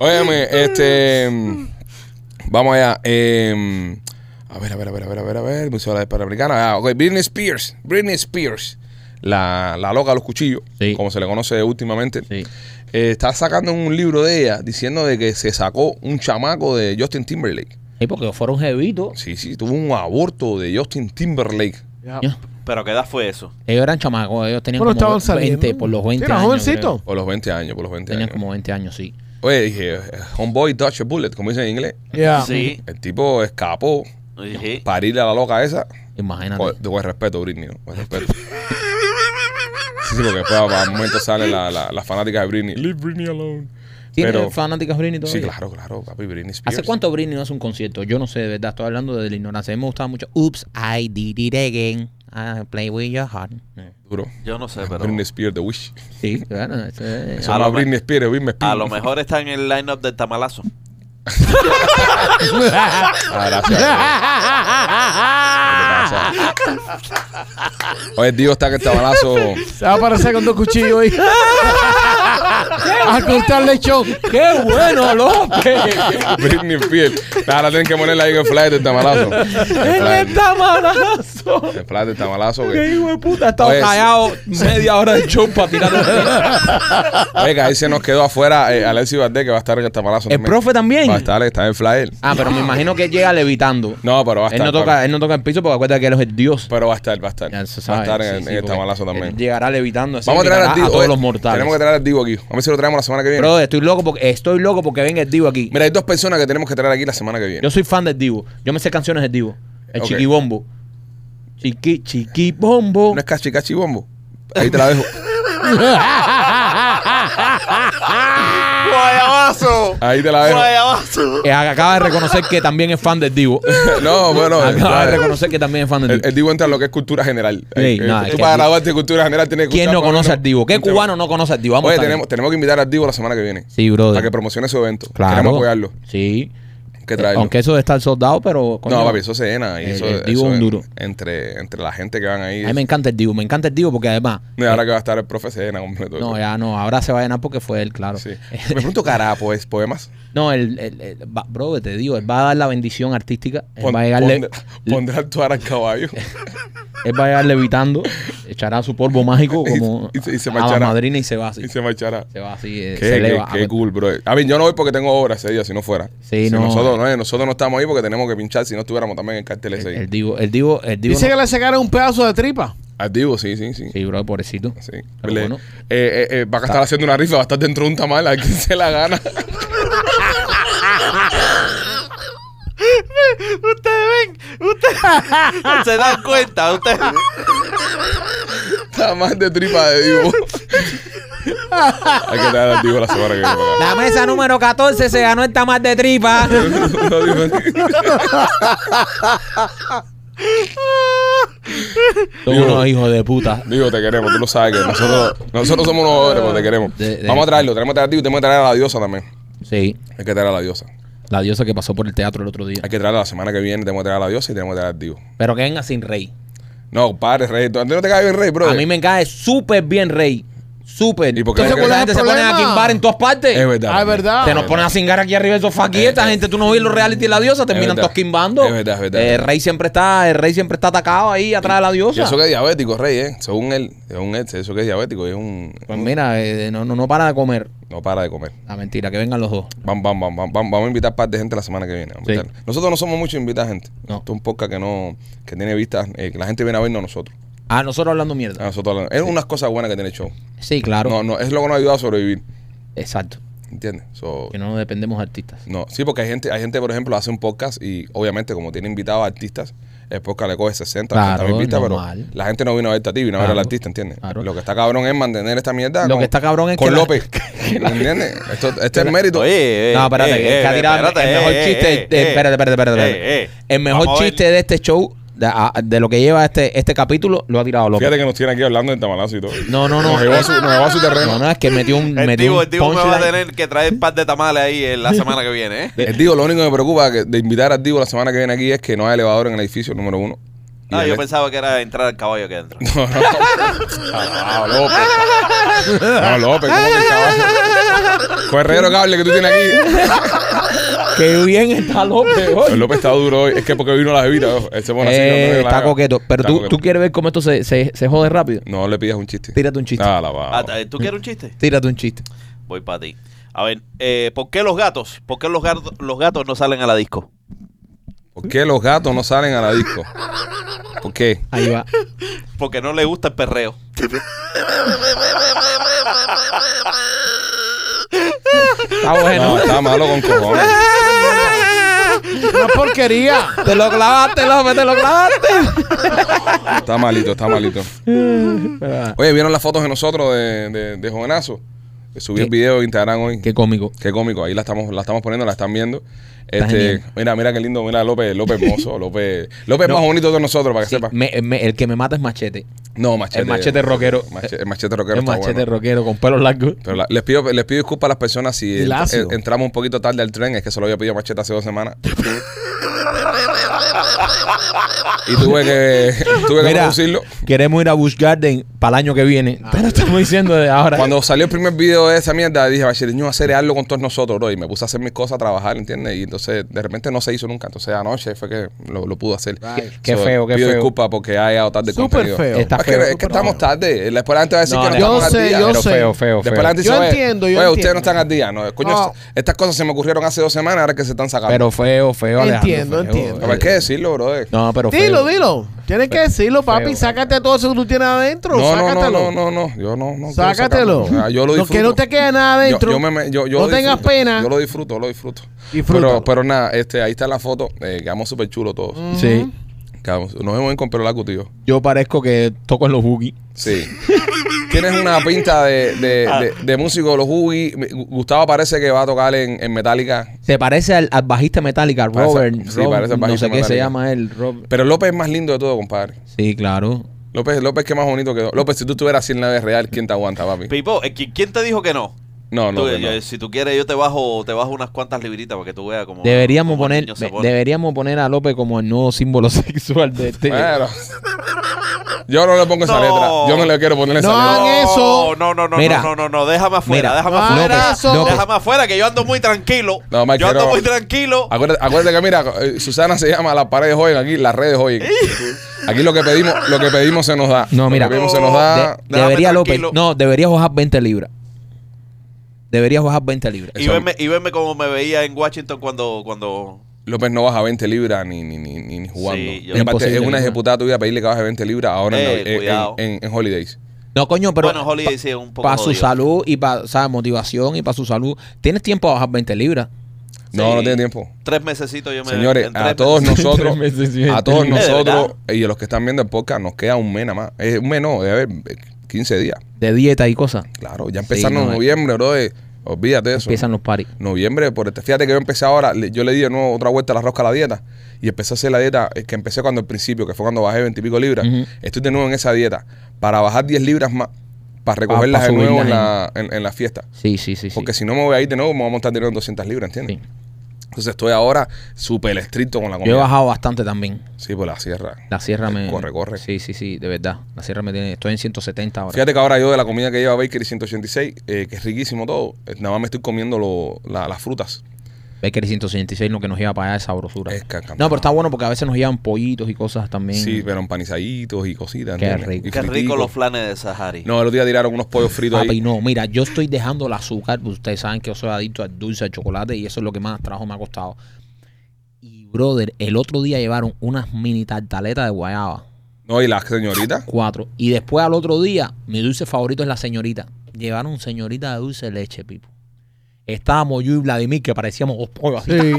A: Óyeme, este... mm, Vamos allá. Eh, a ver, a ver, a ver, a ver, a ver, a ver. Museo de la Hispanoamericana. Ah, ok, Britney Spears. Britney Spears. La, la loca de los cuchillos,
B: Sí.
A: como se le conoce últimamente.
B: Sí.
A: Eh, está sacando un libro de ella diciendo de que se sacó un chamaco de Justin Timberlake.
B: Sí, porque fueron jevitos.
A: Sí, sí, tuvo un aborto de Justin Timberlake.
C: Ya.
B: Ya.
D: Pero ¿qué edad fue eso?
B: Ellos eran chamacos, ellos tenían
C: Bueno,
B: como
C: estaban saliendo.
B: 20, por los 20
C: Era
B: años.
C: jovencito.
B: creo.
A: Por los 20 años, por los 20
B: Tenían
A: años.
B: como 20 años, sí.
A: Oye, dije, eh, homeboy dodge a bullet, como dicen en inglés.
B: Ah,
C: Ya.
D: Sí.
A: El tipo escapó
D: Sí.
A: para irle a la loca esa.
B: Imagínate.
A: Con, con respeto, Britney, ¿no? Con respeto. Sí, sí, porque después al momento sale la, la, la fanática de Britney. Leave Britney alone.
B: ¿Tiene
A: Pero-
B: fanáticas Britney
A: Sí,
B: todavía?
A: claro, claro, papi, Britney Spears.
B: ¿Hace cuánto Britney no hace un concierto? Yo no sé, de verdad, estoy hablando de la ignorancia. A mí me gustaba mucho. Oops, I did it again. I play with your heart.
A: Duro.
D: Yo no sé, pero
A: Britney Spears, The Wish.
B: Sí, claro. eso es-
A: Eso
D: A
A: no
D: lo
A: es Britney Spears, es Britney Spears.
D: a lo mejor está en el lineup del tamalazo.
A: Ah, gracias. bro. Lo que pasa. Oye, Dios está que el tabalazo.
C: Se va a aparecer con dos cuchillos ahí. a cortar lechón.
B: ¡Qué bueno, López!
A: Britney Spears. Ahora tienen que ponerle ahí en el flyer del tamalazo. El flyer,
B: tamalazo!
A: el flyer del tamalazo. que-
B: ¡Qué hijo de puta! He estado
A: Oye, sí.
B: callado media hora de show para tirar el...
A: Oiga, ahí se nos quedó afuera eh, Alexis Valdés, que va a estar en el tamalazo.
B: ¿El profe también?
A: Va a estar, está en el flyer.
B: Ah, pero me imagino que él llega levitando.
A: No, pero va a
B: él,
A: estar.
B: no toca, él no toca el piso porque acuérdate que él es el dios.
A: Pero va a estar, va a estar.
B: Ya se
A: va a
B: sabe,
A: estar en,
B: sí,
A: el-
B: sí,
A: en el
B: porque
A: tamalazo
B: él
A: también.
B: llegará levitando. así,
A: Vamos a traer
B: mirará
A: al Divo.
B: todos
A: oye,
B: los mortales.
A: Tenemos que traer al Divo aquí. Vamos a ver si lo traemos la semana que viene.
B: Bro, estoy loco porque estoy loco porque venga el Divo aquí.
A: Mira, hay dos personas que tenemos que traer aquí la semana que viene.
B: Yo soy fan del Divo. Yo me sé canciones del Divo. El
A: Ok.
B: chiquibombo. Chiqui, chiquibombo.
A: No es cachi, cachi bombo. Ahí te la dejo.
D: ¡Guayabazo!
A: Ahí te la dejo.
D: ¡Guayabazo!
B: Eh, acaba de reconocer que también es fan del Divo.
A: No, bueno.
B: acaba de
A: eh,
B: reconocer que también es fan del
A: El,
B: Divo.
A: el Divo entra en lo que es cultura general.
B: Sí,
A: Eh, eh,
B: nada, es
A: tú
B: que
A: para
B: el Divo-
A: graduarte de cultura general tienes que
B: ¿Quién
A: escuchar
B: no
A: por lo
B: conoce
A: menos
B: al Divo? ¿Qué
A: un tema.
B: cubano no conoce al Divo? Vamos a
A: Oye,
B: estar ahí.
A: tenemos, tenemos que invitar al Divo la semana que viene.
B: Sí, brother.
A: Para que promocione su evento.
B: Claro.
A: Queremos apoyarlo.
B: Sí.
A: Hay Que traerlo.
B: Aunque eso de estar soldado, pero. coño,
A: no, papi, eso se llena. y
B: El-
A: eso,
B: el
A: eso
B: Divo es un
A: en-
B: duro.
A: Entre, entre la gente que van ahí.
B: A mí me encanta el Divo. Me encanta el Divo porque además.
A: No, y ahora que va a estar el profe, se llena completo.
B: No, ya no. Ahora se va a llenar porque fue él, claro.
A: Sí. Me pregunto, cara, pues, poemas.
B: No, el, el, el- va- bro, te digo, él va a dar la bendición artística. Él
A: Pon-
B: Eh, va a llegar le-
A: pondrá- Pondrá actuar al caballo.
B: él va a llegar levitando, echará su polvo mágico
A: Y-
B: como
A: y se- y se
B: a la
A: marchará.
B: madrina y se va así.
A: y se marchará.
B: Se va así, eh,
A: Qué,
B: se
A: qué-
B: eleva.
A: qué
B: A-
A: cool, bro. A mí, yo no voy porque tengo obra ese día, si no fuera.
B: Sí,
A: Si
B: no.
A: Nosotros, no, nosotros no estamos ahí porque tenemos que pinchar si no estuviéramos también en el cartel ese.
B: el,
A: ahí.
B: el divo, el divo, el divo.
C: Dice
B: no-
C: que le sacaron un pedazo de tripa.
A: Al Divo, sí, sí, sí.
B: Sí, bro, pobrecito.
A: Sí.
B: Pero
A: Le-
B: bueno.
A: eh, eh, eh, va a estar haciendo una rifa, va a estar dentro de un tamal, a quien se la gana.
D: Ustedes ven, ustedes se dan cuenta, ustedes.
A: tamal de tripa de Divo. Hay que traer al Divo la semana que viene. para acá.
B: La mesa número 14 se ganó el tamal de tripa.
A: No, Divo,
B: Son
A: Divo.
B: unos hijos de puta.
A: Digo, te queremos, tú lo sabes que nosotros, nosotros somos unos obreros, te queremos.
B: De- de-
A: Vamos a traerlo, tenemos que traer a ti, tenemos que traer a la diosa también.
B: Sí.
A: Hay que traer a la diosa.
B: La diosa que pasó por el teatro el otro día.
A: Hay que traerla la semana que viene, tenemos que traer a la diosa y tenemos que traer al divo.
B: Pero que venga sin rey.
A: No, padre, rey. ¿Tú a ti no te cae bien rey, bro?
B: A mí me cae súper bien rey. Súper.
A: ¿Y por qué?
B: Entonces,
A: Entonces,
B: la
A: ¿cuál
B: gente
C: es
B: se
C: el
B: pone a
C: problema?
B: quimbar en todas partes.
A: Es verdad.
C: Ah, es
A: también.
C: verdad.
B: Se nos ponen a cingar aquí arriba esos faquis, esta gente, tú no ves los reality de la diosa, terminan
A: verdad.
B: todos quimbando. Eh,
A: Es verdad, es verdad.
B: El rey siempre está, el rey siempre está atacado ahí atrás de la
A: Y
B: diosa.
A: eso que es diabético, rey, ¿eh? Según él, según él, eso que es diabético, es un.
B: Pues mira, eh, no, no, no para de comer.
A: No para de comer.
B: La mentira, que vengan los dos.
A: Vamos, vamos, vamos, vamos, vamos a invitar par de gente la semana que viene. Vamos a
B: Sí.
A: invitar. Nosotros no somos muchos invitar gente.
B: No.
A: Esto es un podcast que no, que tiene vistas, eh, que la gente viene a vernos a nosotros.
B: Ah, nosotros hablando
A: A
B: mierda.
A: nosotros hablando. Es unas cosas buenas que tiene el show.
D: Ah.
B: Sí, claro.
A: No, no, es lo que nos ha ayudado a sobrevivir.
B: Exacto.
A: ¿Entiendes? So,
B: Que no nos dependemos de artistas.
A: no. Sí, porque hay gente, hay gente, por ejemplo, hace un podcast y obviamente, como tiene invitados a artistas, el podcast le coge 60,
B: Claro,
A: 80 mil vistas, pero
B: normal.
A: la gente no vino a verte a ti, vino a ver al
B: Claro,
A: artista, ¿entiendes?
B: claro.
A: Lo que está cabrón es mantener esta mierda.
B: Lo que está cabrón es
A: con
B: que la-
A: López. ¿Entiendes? Esto, este es mérito.
D: Oye, eh,
B: no, espérate,
D: eh,
B: que el que ha
D: eh,
B: tirado
D: espérate,
B: el mejor
D: eh,
B: chiste.
D: eh,
B: eh,
D: eh,
B: espérate, espérate, espérate. espérate.
D: eh, eh.
B: El mejor
D: Vamos a ver.
B: chiste de este show, de, a- de lo que lleva este, este capítulo, lo ha tirado López.
A: Fíjate que nos tiene aquí hablando del tamalazo y todo.
B: No, no, no.
A: Nos llevó a su, nos llevó a su terreno.
B: No, no, es que metió un,
D: El
B: metió
D: tío,
B: un
D: el tío me va a
B: punchline.
D: tener que traer un par de tamales ahí eh, la semana que viene, ¿eh?
A: El Divo, lo único que me preocupa que- de invitar al Divo la semana que viene aquí es que no hay elevador en el edificio número uno. Y
D: Ah,
A: el-
D: yo pensaba que era entrar al caballo aquí adentro.
A: No, no. Ah, López. No, López, ¿cómo que el caballo? Correro cable que tú tienes aquí.
B: Qué bien está López hoy.
A: Pues López está duro hoy. Es que porque vino la bebida. ojo. Él se pone así,
B: Eh,
A: no, no, no,
B: está
A: la-
B: coqueto. Pero
A: Está
B: tú,
A: coqueto.
B: tú quieres ver cómo esto se, se, se jode rápido.
A: No le pidas un chiste.
B: Tírate un chiste.
A: Ah, la va.
D: Ah, ¿Tú quieres un chiste?
B: Tírate un chiste.
D: Voy para ti. A ver, eh, ¿por qué los gatos? ¿Por qué los gatos, los gatos no salen a la disco?
A: ¿Por qué los gatos no salen a la disco? ¿Por qué?
B: Ahí va.
D: Porque no les gusta el perreo.
B: Está bueno.
A: No, está malo con cojones.
C: Una porquería.
B: Te lo clavaste, López, te lo clavaste.
A: Está malito, está malito. Oye, ¿vieron las fotos de nosotros de, de, de Jovenazo? Eh, Subí el
B: ¿Qué?
A: video de Instagram hoy.
B: Qué cómico.
A: Qué cómico, ahí la estamos, la estamos poniendo, la están viendo.
B: Está
A: Este,
B: genial.
A: mira, mira qué lindo, mira López, López hermoso, López, López es más bonito que nosotros, para que
B: Sí,
A: sepas.
B: me- me- el que me mata es machete.
A: No, machete.
B: el machete rockero.
A: Mache- el machete rockero
B: El
A: está
B: machete
A: bueno.
B: rockero con pelos largos.
A: Pero la- les pido, les pido disculpas a las personas si
C: Y
A: ent-
C: lacio.
A: en- entramos un poquito tarde al tren, es que se lo había pedido a Machete hace dos semanas. y tuve que, tuve que
B: Mira,
A: producirlo.
B: queremos ir a Bush Garden para el año que viene. Te lo estamos diciendo de ahora.
A: Cuando salió el primer video de esa mierda, dije, Bachete, yo voy a hacer algo con todos nosotros, bro. Y me puse a hacer mis cosas, a trabajar, ¿entiendes? Y entonces, de repente no se hizo nunca. Entonces, anoche fue que lo, lo pudo hacer.
C: Qué-
B: qué feo, qué
A: pido
B: feo.
A: disculpas porque ha llegado tarde el
C: Súper
A: contenido.
C: feo.
B: Está
A: es que,
B: feo.
A: es que estamos tarde. Después la gente va a decir
B: No,
A: que no
B: no,
A: estamos
C: Yo sé,
A: al día.
C: yo
A: Pero
B: Pero
C: sé.
B: feo, feo,
A: Después la
B: feo.
A: gente dice,
C: Yo
A: "Oye,
C: entiendo, yo
A: oye, ustedes no
C: entiendo.
A: están al día. No, coño,
C: No.
A: estas cosas se me ocurrieron hace dos semanas, ahora que se están sacando.
B: Pero feo, feo, Alejandro.
C: Entiendo,
B: feo.
C: entiendo.
A: No, hay que decirlo, brother.
B: No, pero feo.
C: Dilo, dilo. Tienes que decirlo, papi.
B: Feo.
C: Sácate todo eso que tú tienes adentro.
A: No, no, no,
C: sácatelo.
A: no, no, no. Yo no, no quiero
C: Sácatelo.
A: sacarlo. Ah, Yo lo
C: No,
A: disfruto.
C: que no te quede nada adentro.
A: Yo, yo me- me- yo- yo
C: No
A: lo
C: tengas
A: disfruto.
C: pena.
A: Yo lo disfruto, lo disfruto.
C: Disfrútalo.
A: Pero, pero nada, este, ahí está la foto. Eh, quedamos súper chulos todos.
B: Sí.
A: Quedamos- nos vemos en con pelo largo, tío.
B: Yo parezco que toco en los boogies.
A: Sí. Tienes una pinta de, de, de, de músico de los Hugi. Gustavo parece que va a tocar en, en Metallica.
B: Se parece al, al bajista Metallica,
A: Parece-
B: Robert.
A: sí,
B: Rob-
A: parece al
B: no
A: bajista
B: sé qué se
A: Metallica.
B: llama él. Rob-
A: Pero López es más lindo de todo, compadre.
B: Sí, claro.
A: López, López, qué más bonito quedó. López, si tú estuvieras así en la vida real, ¿quién te aguanta, papi?
D: Pipo, eh, ¿qui- ¿quién te dijo que no?
A: No,
D: Tú,
A: López,
D: yo-
A: no.
D: Si tú quieres, yo te bajo, te bajo unas cuantas libritas para que tú veas cómo.
B: Deberíamos
D: cómo el
B: poner,
D: niño se
B: de-
D: pone.
B: deberíamos poner a López como el nuevo símbolo sexual de este.
A: Bueno. Yo no le pongo esa
D: No.
A: letra. Yo no le quiero poner esa
C: No,
A: letra.
C: hagan eso.
D: No, no, no,
B: Mira.
D: no, no, no, no, déjame afuera,
B: Mira.
D: déjame
C: No
D: afuera.
C: hagan eso. López.
D: Déjame afuera, que yo ando muy tranquilo.
A: No, Mike,
D: yo
A: quiero-
D: ando
A: Ah,
D: muy tranquilo.
A: Acuérdate, acuérdate que mira, eh, Susana se llama la pared de joven aquí, las redes joven. Aquí lo que pedimos, lo que pedimos se nos da.
B: No, mira.
A: Lo que pedimos se nos da.
B: De-
D: Déjame
B: debería López.
D: tranquilo.
B: No, deberías bajar 20 libras. Deberías bajar 20 libras.
D: Y
A: eso-
D: verme, y verme como me veía en Washington cuando. cuando
A: López no baja 20 libras ni, ni, ni, ni, ni jugando.
D: Sí, yo-
A: y aparte, es
B: Imposible,
A: una
B: ¿no?
A: ejecutada tuya pedirle que baje 20 libras ahora en
D: Eh,
A: la- en,
D: cuidado.
A: en, en- en Holidays.
B: No, coño, pero
D: bueno, Holly dice un poco.
B: para su
D: jodido.
B: salud y para motivación y para su salud, tienes tiempo a bajar 20 libras.
A: No,
D: Sí.
A: no tiene tiempo.
D: Tres mesecitos yo me.
A: Señores,
D: en tres
A: a todos
D: meses-
A: nosotros,
B: Tres meses, sí,
A: a todos
D: tres meses.
A: nosotros y a los que están viendo el podcast, nos queda un mes nada más. Eh, un mes no, debe haber 15 días.
B: De dieta y cosas.
A: Claro, ya empezaron
B: no,
A: en
B: eh.
A: noviembre, bro. eh, Olvídate de eso.
B: Empiezan los paris.
A: Noviembre, por este. Fíjate que yo empecé ahora, le- yo le di de nuevo otra vuelta a la rosca a la dieta y empecé a hacer la dieta eh, que empecé cuando al principio, que fue cuando bajé 20 y pico libras.
B: Ujú.
A: Estoy de nuevo en esa dieta para bajar 10 libras más, para
B: pa
A: recogerlas de nuevo
B: subirlas
A: en la, en, en la fiesta.
B: Sí, sí, sí. sí.
A: Porque si no me voy a ir de nuevo, me voy a montar de nuevo en 200 libras, ¿entiendes?
B: Sí.
A: Entonces estoy ahora súper estricto con la comida.
B: Yo he bajado bastante también.
A: Sí, por la sierra.
B: La sierra me.
A: Corre, corre.
B: Sí, sí, sí, de verdad. La sierra me tiene. Estoy en 170 ahora.
A: Fíjate que ahora yo de la comida que lleva Bakery 186, eh, que es riquísimo todo, eh, nada más me estoy comiendo lo- la- las frutas.
B: Bakery 166 lo que nos lleva para allá es sabrosura.
A: Es que-
B: no, pero está bueno porque a veces nos llevan pollitos y cosas también.
A: Sí, pero empanizaditos y cositas.
B: Qué
A: ¿entiendes?
B: rico.
A: Y
D: Qué rico
A: friticos.
D: los flanes de Sahari.
A: No, el otro día tiraron unos pollos fritos
B: Papi,
A: ahí.
B: no, mira, yo estoy dejando el azúcar. pues, Ustedes saben que yo soy adicto al dulce, al chocolate y eso es lo que más trabajo me ha costado. Y, brother, el otro día llevaron unas mini tartaletas de guayaba,
A: No, y las señoritas.
B: cuatro. Y después al otro día, mi dulce favorito es la señorita. Llevaron señorita de dulce de leche, pipo. Estábamos yo y Vladimir, que parecíamos dos pollos así.
C: Sí.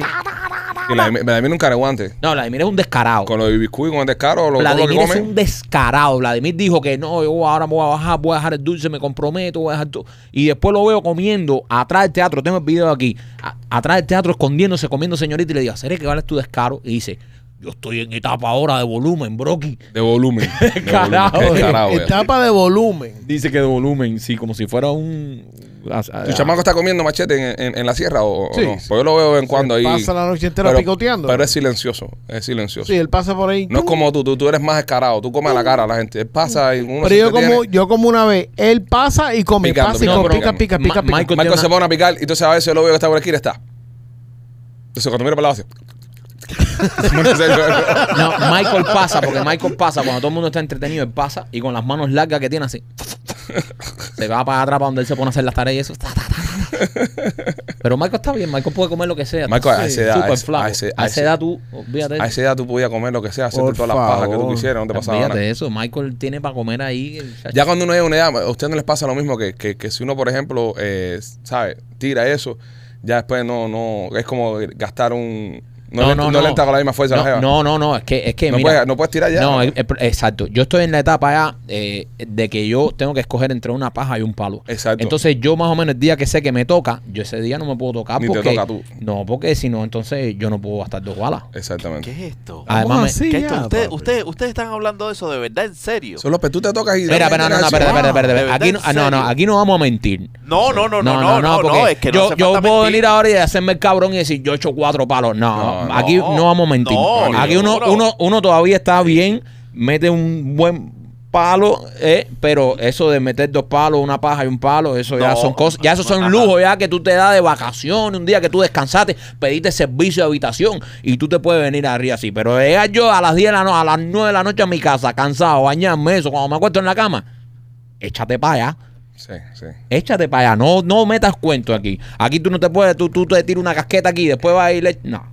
A: Y la de- la de mí nunca aguante.
B: No, Vladimir es un descarado.
A: Con los biscuits, con el descaro, lo, todo lo que
B: Vladimir es un
A: comen.
B: descarado. Vladimir dijo que no, yo ahora me voy a bajar, voy a dejar el dulce, me comprometo, voy a dejar todo. Y después lo veo comiendo atrás del teatro. Tengo el video aquí. a- atrás del teatro, escondiéndose, comiendo señorita. Y le digo, ¿seré que vale tu descaro? Y dice, Yo estoy en etapa ahora de volumen, Brocky.
A: De volumen. De
B: Carajo,
A: volumen. Qué carajo, ya.
C: Etapa de volumen.
B: Dice que de volumen, sí, como si fuera un.
A: ¿Tu chamaco está comiendo machete en, en- en la sierra o, o
C: Sí,
A: no?
C: sí.
A: Pues yo lo veo de vez en cuando ahí.
C: pasa la noche entera picoteando.
A: Pero es silencioso, es silencioso.
C: Sí, él pasa por ahí.
A: No es como tú, tú, tú eres más descarado, tú comes a la cara a la gente. Él pasa y uno
C: pero
A: se
C: yo como,
A: entretiene.
C: yo como una vez, él pasa y come,
A: Picando,
C: pasa y
A: picando,
C: come, pica,
A: picando.
B: Ma-
C: pica, pica, pica.
B: Michael-
A: Michael
B: Tiene
A: se
B: una-
A: pone a picar y entonces a veces yo lo veo que está por aquí y está. Entonces cuando mira para el lado hace. Bueno, se-
B: No, Michael pasa, porque Michael pasa cuando todo el mundo está entretenido, él pasa y con las manos largas que tiene así. Se va para atrás para donde él se pone a hacer las tareas y eso. ta, ta, ta, ta, ta. Pero Michael está bien, Michael puede comer lo que sea.
A: Michael, a
B: Sí,
A: esa edad, a
B: súper
A: esa-
B: flaco.
A: a esa- a
B: A esa
A: esa-
B: edad tú, olvídate.
A: a esa edad tú podías comer lo que sea, hacerte
C: Por
A: todas las pajas que tú
C: favor.
A: quisieras, no te pasaba nada.
B: olvídate eso. Michael tiene para comer ahí.
A: Ya cuando uno llega a una edad, a usted no les pasa lo mismo que, que, que si uno, por ejemplo, eh, sabe, tira eso, ya después no, no, es como gastar un... No, le, no, le entra con la misma fuerza a
B: no,
A: la jeva.
B: No, no, no, es que, es que
A: No
B: mira,
A: puedes- no puedes tirar ya,
B: No,
A: ¿no?
B: es- es- exacto. Yo estoy en la etapa ya eh, de que yo tengo que escoger entre una paja y un palo.
A: Exacto.
B: Entonces yo más o menos el día que sé que me toca, yo ese día no me puedo tocar
A: Ni te
B: porque
A: toca tú.
B: no, porque si no entonces yo no puedo gastar dos balas.
A: Exactamente.
D: ¿Qué es esto?
B: Ah, además
C: Vamos
B: me-
C: así
D: ¿Qué es
C: ya,
D: esto? Ustedes,
C: papi.
D: ustedes- ustedes están hablando de eso de verdad, en serio.
A: Solo pues tú te tocas y...
B: Espera, espera, no, no, espera, espera, espera,
D: ¿De
B: espera.
D: verdad,
B: Aquí no,
D: en
B: ah, no, no,
D: serio?
B: aquí no vamos a mentir.
D: No, no, no, no, no, no,
B: porque
D: no, es que no
B: yo,
D: hace
B: yo
D: falta
B: puedo
D: mentir.
B: venir ahora y hacerme el cabrón y decir, yo he hecho cuatro palos. No,
A: No, no,
B: aquí no, vamos a mentir.
D: no,
B: aquí uno,
D: seguro.
B: uno, uno todavía está bien, mete un buen palo, eh, pero eso de meter dos palos, una paja y un palo, eso ya
D: No.
B: son cosas, ya eso son
D: Ajá.
B: lujos ya que tú te das de vacaciones, un día que tú descansaste, pediste servicio de habitación y tú te puedes venir arriba así, pero llegar yo a las 10 de la noche, a las 9 de la noche a mi casa, cansado, bañarme eso, cuando me acuesto en la cama, échate para allá.
A: Sí, sí.
B: Échate para allá, no, no metas cuento aquí. Aquí tú no te puedes, tú, tú te tiras una casqueta aquí y después vas a ir. le- No.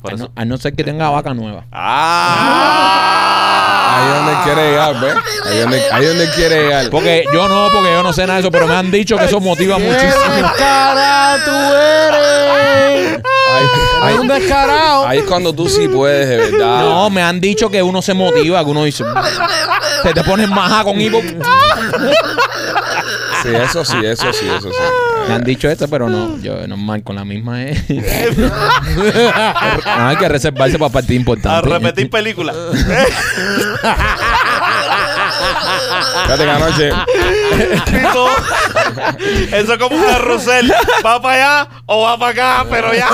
D: Por
B: a,
D: eso-
B: no, a no ser que tenga vaca nueva.
D: ¡Ah!
A: Ahí es donde él quiere llegar, ¿ves? Ahí es donde, ahí es donde él quiere llegar.
B: Porque yo no, porque yo no sé nada de eso, pero me han dicho que eso motiva
C: ¡Qué
B: muchísimo.
C: descarado tú eres!
A: Ahí, ahí-
C: Eres un descarado!
A: ahí es cuando tú sí puedes, de verdad.
B: No, me han dicho que uno se motiva, que uno dice. Te te pones maja con hipo.
A: Sí, eso sí, eso sí, eso sí.
B: Me han dicho eso, pero no. Yo normal con la misma es. hay que reservarse para partir
D: A
B: importante.
D: repetir película.
A: Fíjate que anoche...
D: Chico, Eso es como un carrusel. Va para allá o va para acá, pero ya.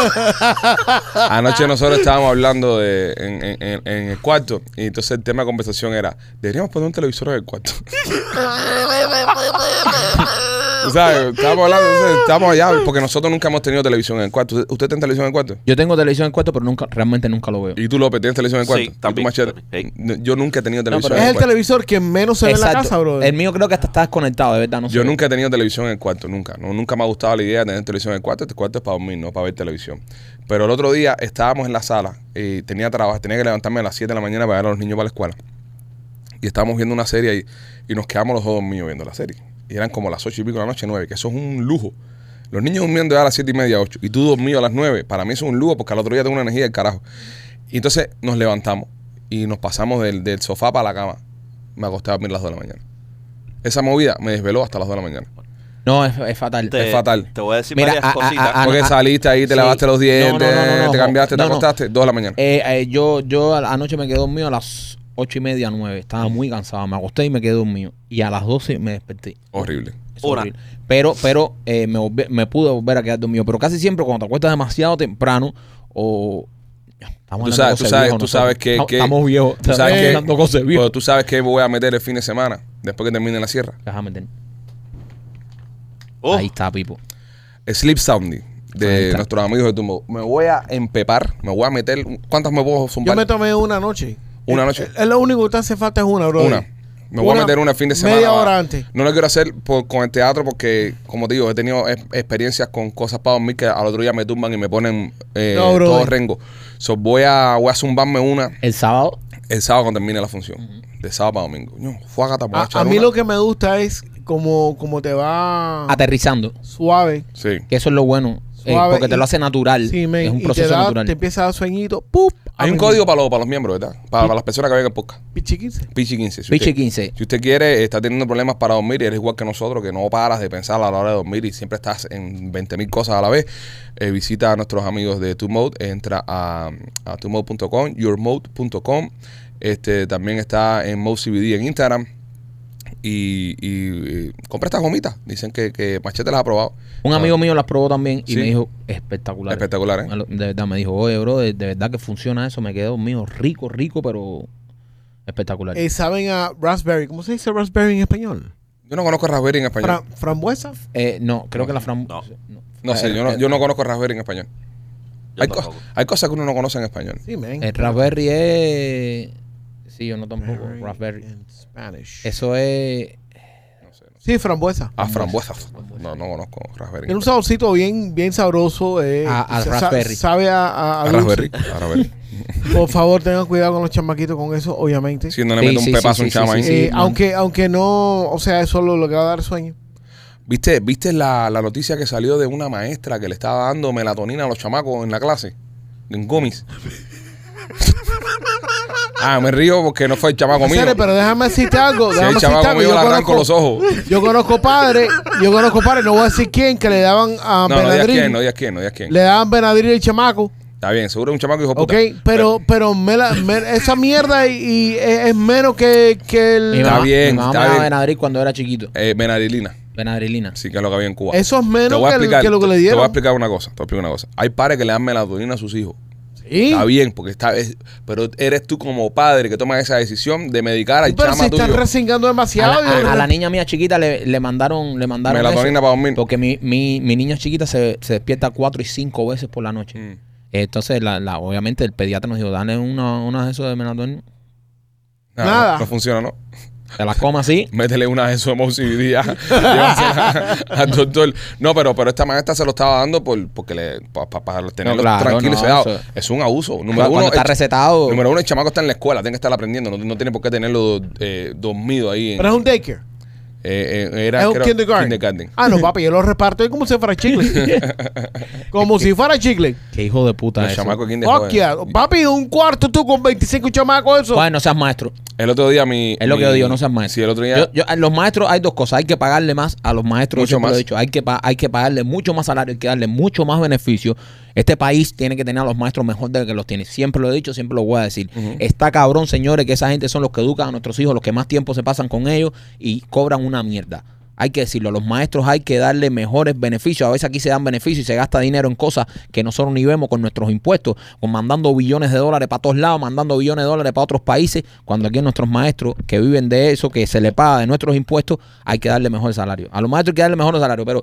A: Anoche nosotros estábamos hablando de, en, en- en- en el cuarto y entonces el tema de conversación era, deberíamos poner un televisor en el cuarto. Tú sabes, estábamos hablando, entonces, estábamos allá porque nosotros nunca hemos tenido televisión en el cuarto. ¿Usted- ¿Usted tiene televisión en el cuarto?
B: Yo tengo televisión en cuarto, pero nunca, realmente nunca lo veo.
A: ¿Y tú, López, tienes televisión en el cuarto?
D: Sí,
A: ¿Y tú,
D: también,
A: Machete?
D: también, sí.
A: N- Yo nunca he tenido televisión
B: pero
A: en
C: Es
A: el
C: el
A: cuarto.
C: televisor que menos se ve en la
B: Exacto.
C: casa, bro.
B: El mío creo que hasta está desconectado, de verdad. No se
A: Yo
B: ve.
A: nunca he tenido televisión en el cuarto, nunca. No, nunca me ha gustado la idea de tener televisión en el cuarto. Este cuarto es para dormir, no para ver televisión. Pero el otro día estábamos en la sala y tenía trabajo, tenía que levantarme a las 7 de la mañana para llevar a los niños para la escuela. Y estábamos viendo una serie ahí y nos quedamos los dos dormidos viendo la serie. Y eran como las 8 y pico de la noche, 9, que eso es un lujo. Los niños durmiendo ya a las 7 y media, 8 y tú dormido a las 9, para mí eso es un lujo porque al otro día tengo una energía del carajo. Y entonces nos levantamos y nos pasamos del, del sofá para la cama. Me acosté a dormir a las 2 de la mañana. Esa movida me desveló hasta las 2 de la mañana.
B: No, es, es fatal.
A: Es fatal.
D: Te voy a decir
B: Mira,
D: varias
B: a- a-
D: cositas.
B: a-
A: Porque
B: ah,
A: saliste ahí, te
B: sí.
A: lavaste los
B: No, no,
A: dientes,
B: no, no, no,
A: te
B: no.
A: cambiaste, te
B: No, no.
A: acostaste, dos de la mañana.
B: Eh, eh, yo, yo a- anoche me quedé dormido a las ocho y media, nueve. Estaba muy cansado. Me acosté y me quedé dormido. Y a las doce me desperté.
A: Horrible.
B: Eso
D: Hora.
B: sobrino. Pero, pero eh, me, volví- me pude volver a quedar dormido. Pero casi siempre cuando te acuestas demasiado temprano o... Estamos
A: Tú
B: hablando
A: sabes,
B: cosas
A: tú sabes,
B: viejas
A: tú
B: nosotros.
A: sabes que,
B: Estamos-
A: que-
B: Estamos viejos.
A: Tú sabes que,
B: hablando cosas
A: pero
B: viejas.
A: tú sabes que voy a meter el fin de semana después que termine la sierra.
B: Déjame entender.
D: Oh,
B: Ahí está, Pipo.
A: Sleep Sounding
B: Ahí
A: de
B: está.
A: nuestros amigos de Tumbo. Me voy a empepar, me voy a meter. ¿Cuántas me puedo
C: Yo
A: zumbar?
C: me tomé una noche.
A: Una noche.
C: Es, es lo único que te hace falta es una, bro.
A: Una. Me voy a meter una el fin de semana.
C: Media hora antes.
A: No lo quiero hacer por- con el teatro porque, como te digo, he tenido ex- experiencias con cosas para dormir que al otro día me tumban y me ponen eh,
C: No, brother.
A: todo rengo. So, voy, a, voy a zumbarme una
B: El sábado
A: el sábado cuando termine la función. De sábado para domingo. No, fue a
C: A, a mí lo que me gusta es como, como te va
B: aterrizando.
C: suave.
A: Sí.
B: Que eso es lo bueno. eh,
C: Ah. Suave
B: porque te
C: y-
B: lo hace natural.
C: Sí, men,
B: es un
C: y te,
B: proceso
C: da-
B: natural.
C: te empieza a dar sueñito. ¡Pup!
A: Hay un código para los, para los miembros, ¿verdad? Para, para las personas que ven el podcast.
C: Pichi 15.
A: Pichi 15. si
B: Pichi
A: usted-
B: 15.
A: Si usted quiere, está teniendo problemas para dormir y eres igual que nosotros, que no paras de pensar a la hora de dormir y siempre estás en 20.000 cosas a la vez, eh, visita a nuestros amigos de Tu Mode, entra a, a tumode.com, yourmode.com, este, también está en Mode CBD en Instagram y, y, eh, compra estas gomitas, dicen que, que Machete las ha probado.
B: Un amigo mío las probó también y
A: Sí.
B: me dijo espectacular.
A: Espectacular, ¿eh?
B: De verdad, me dijo, oye, bro, de, de verdad que funciona eso. Me quedé dormido rico, rico, pero espectacular.
C: Eh, ¿Saben a raspberry? ¿Cómo se dice raspberry en español?
A: Yo no conozco Raspberry en español.
C: Fran- ¿Frambuesa?
B: Eh, no, creo que la fram... Eh,
D: No.
A: no sé, yo no, yo no conozco Raspberry en español.
D: yo
A: Hay, co-
D: tampoco.
A: hay cosas que uno no conoce en español.
C: Sí, men.
B: El eh, raspberry es... Sí, yo no tampoco.
C: Raspberry
B: Raspberry.
C: in Spanish.
B: Eso es...
C: Sí, frambuesa.
A: Ah, frambuesas. No, no conozco Raspberry.
C: Tiene un saborcito bien, bien sabroso. eh,
B: A- a
C: sa-
B: raspberry.
C: Sabe a, a, a
A: A
C: dulce.
A: Raspberry. A Raspberry.
C: Por favor, tengan cuidado con los chamaquitos con eso, obviamente.
A: Si no le
B: Sí,
A: meto un
B: sí,
A: pepazo
B: sí,
A: a un
B: sí,
A: chama
B: sí,
A: ahí.
B: sí,
C: Eh,
B: man.
C: aunque, aunque no, o sea, eso es lo, lo que va a dar sueño.
A: ¿Viste, viste la, la noticia que salió de una maestra que le estaba dando melatonina a los chamacos en la clase? En gomis. ah, me río porque no fue el chamaco mío.
C: Cere, pero déjame decirte algo.
A: Si
C: déjame
A: el
C: decirte
A: chamaco
C: algo.
A: mío
C: Yo
A: le arranco los
C: conozco,
A: ojos.
C: yo conozco padres, yo conozco padres, no voy a decir quién, que le daban a
A: No, no digas
C: Benadryl.
A: quién, no digas quién, no digas quién.
C: le daban Benadryl el chamaco.
A: Está bien, seguro es un chamaco hijo de
C: Ok,
A: puta.
C: pero, pero mela- mel- esa mierda y, y es, es menos que, que el.
B: Mi
A: Está
B: mamá,
A: bien,
B: mi mamá
A: está
B: me daba
A: bien.
B: Benadryl cuando era chiquito.
A: Eh, Benadrylina,
B: Benadrylina.
A: sí que es lo que había en Cuba.
C: Eso es
A: te
C: menos
A: voy a
C: que, el-
A: explicar,
C: que lo que
A: te-
C: le
A: Te
C: dieron.
A: voy a explicar una cosa, te voy a explicar una cosa. Hay padres que le dan melatonina a sus hijos.
C: Sí.
A: Está bien, porque está, es- pero eres tú como padre que tomas esa decisión de medicar al
C: Pero
A: chama
C: se están
A: tuyo.
C: resingando
B: A
C: demasiado.
B: la, a-
C: yo-
B: a la niña mía chiquita le, le mandaron le mandaron
A: Melatonina
B: eso,
A: para dormir.
B: porque mi, mi, mi niña chiquita se, se despierta cuatro y cinco veces por la noche
A: Mm.
B: entonces la, la- obviamente el pediatra nos dijo dale una, una de esos de melatonina
A: Nada,
C: Nada.
A: No, no funciona, ¿no?
B: te la coma así
A: Métele una de esos MOCBD a- llévasela al doctor. No, pero, pero esta maestra se lo estaba dando por, porque le, para tenerlo
B: claro,
A: tranquilo y
B: no,
A: sedado.
B: eso-
A: Es un abuso. Número
B: cuando
A: uno,
B: está
A: el,
B: recetado
A: número uno, el chamaco está en la escuela, tiene que estar aprendiendo, no, no tiene por qué tenerlo eh, dormido ahí. en-
C: Pero es un daycare.
A: eh, eh, era
C: es un
A: creo,
C: kindergarten.
A: kindergarten.
C: Ah, no, papi, yo lo reparto como si fuera chicle. como si fuera chicle.
B: qué hijo de puta
A: Los
B: eso.
A: chamacos
C: Fuck yeah.
A: kindergarten.
C: Papi, un cuarto tú con 25 chamacos, eso.
B: Bueno, no seas maestro.
A: El otro día mi...
B: Es lo que
A: mi-
B: yo digo, no seas maestro.
A: Sí, el otro día...
B: Yo- yo- a los maestros hay dos cosas. Hay que pagarle más a los maestros.
A: Mucho
B: yo siempre lo
A: más.
B: he dicho. Hay que, pa- hay que pagarle mucho más salario, hay que darle mucho más beneficio. Este país tiene que tener a los maestros mejor de lo que los tiene. Siempre lo he dicho, siempre lo voy a decir. Está cabrón, señores, que esa gente son los que educan a nuestros hijos, los que más tiempo se pasan con ellos y cobran una mierda. Hay que decirlo, a los maestros hay que darle mejores beneficios. A veces aquí se dan beneficios y se gasta dinero en cosas que nosotros ni vemos con nuestros impuestos, con mandando billones de dólares para todos lados, mandando billones de dólares para otros países, cuando aquí nuestros maestros que viven de eso, que se le paga de nuestros impuestos, hay que darle mejor salario. A los maestros hay que darle mejor salario, pero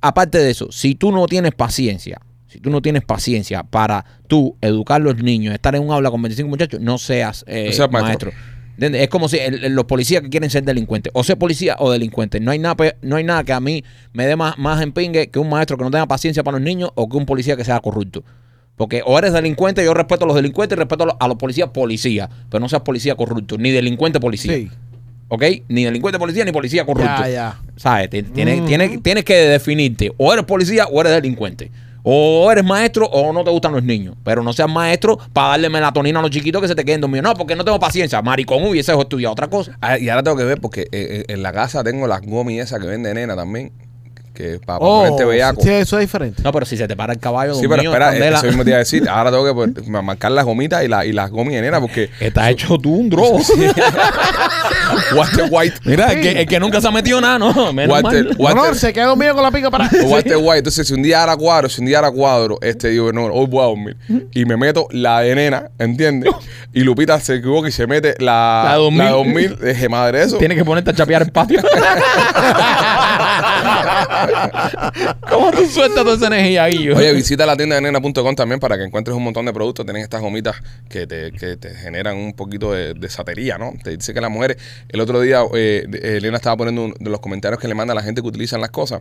B: aparte de eso, si tú no tienes paciencia, si tú no tienes paciencia para tú educar a los niños, estar en un aula con 25 muchachos, no seas, eh,
A: No seas maestro.
B: maestro. ¿Entiendes? Es como si el- el- los policías que quieren ser delincuentes, o ser policía o delincuente. No hay nada, pe- no hay nada que a mí me dé más, más empingue que un maestro que no tenga paciencia para los niños o que un policía que sea corrupto. Porque o eres delincuente, yo respeto a los delincuentes y respeto a los, a los policías policía, pero no seas policía corrupto, ni delincuente policía.
C: sí.
B: ¿Ok? Ni delincuente policía, ni policía corrupto.
C: Ya, ya. Mm.
B: ¿Sabes? Ti- Tienes,
C: Ujú.
B: tienes, tienes que definirte. O eres policía o eres delincuente. O eres maestro o no te gustan los niños. Pero no seas maestro para darle melatonina a los chiquitos que se te queden dormidos. No, porque no tengo paciencia. Maricón hubiese estudiado otra cosa.
A: Ah, y ahora tengo que ver porque eh, eh, en la casa tengo las gomis esas que vende nena también. que que para
C: Oh,
B: este
A: ponerte bellaco.
C: sí, eso es diferente.
B: No, pero si se te para el caballo,
A: Sí,
B: Dios
A: pero
B: mío,
A: espera,
B: Candela,
A: eso mismo te iba a decir. Ahora tengo que pues, ma- marcar las gomitas y, la- y las gomineras porque.
B: estás hecho tú un drogo.
A: Walter White.
B: Mira, el que, el que nunca se ha metido nada, no. Menos
A: Walter,
B: mal.
A: Walter-
C: No, no, se queda dormido con la pica para.
A: Walter White. Entonces, si un día era cuadro, si un día era cuadro, este digo, no, hoy voy a dormir. Y me meto la de nena, ¿entiendes? Y Lupita se equivoca y se mete la,
B: La de dormir.
A: La de dormir. Dije, madre, eso.
B: Tienes que ponerte a chapear el patio. ¿Cómo tú sueltas toda esa energía ahí? yo?
A: Oye, visita la tienda de nena.com también para que encuentres un montón de productos. Tienen estas gomitas que te, que te generan un poquito de, de satería, ¿no? Te dice que las mujeres. El otro día, eh, eh, Elena estaba poniendo un- de los comentarios que le manda a la gente que utilizan las cosas.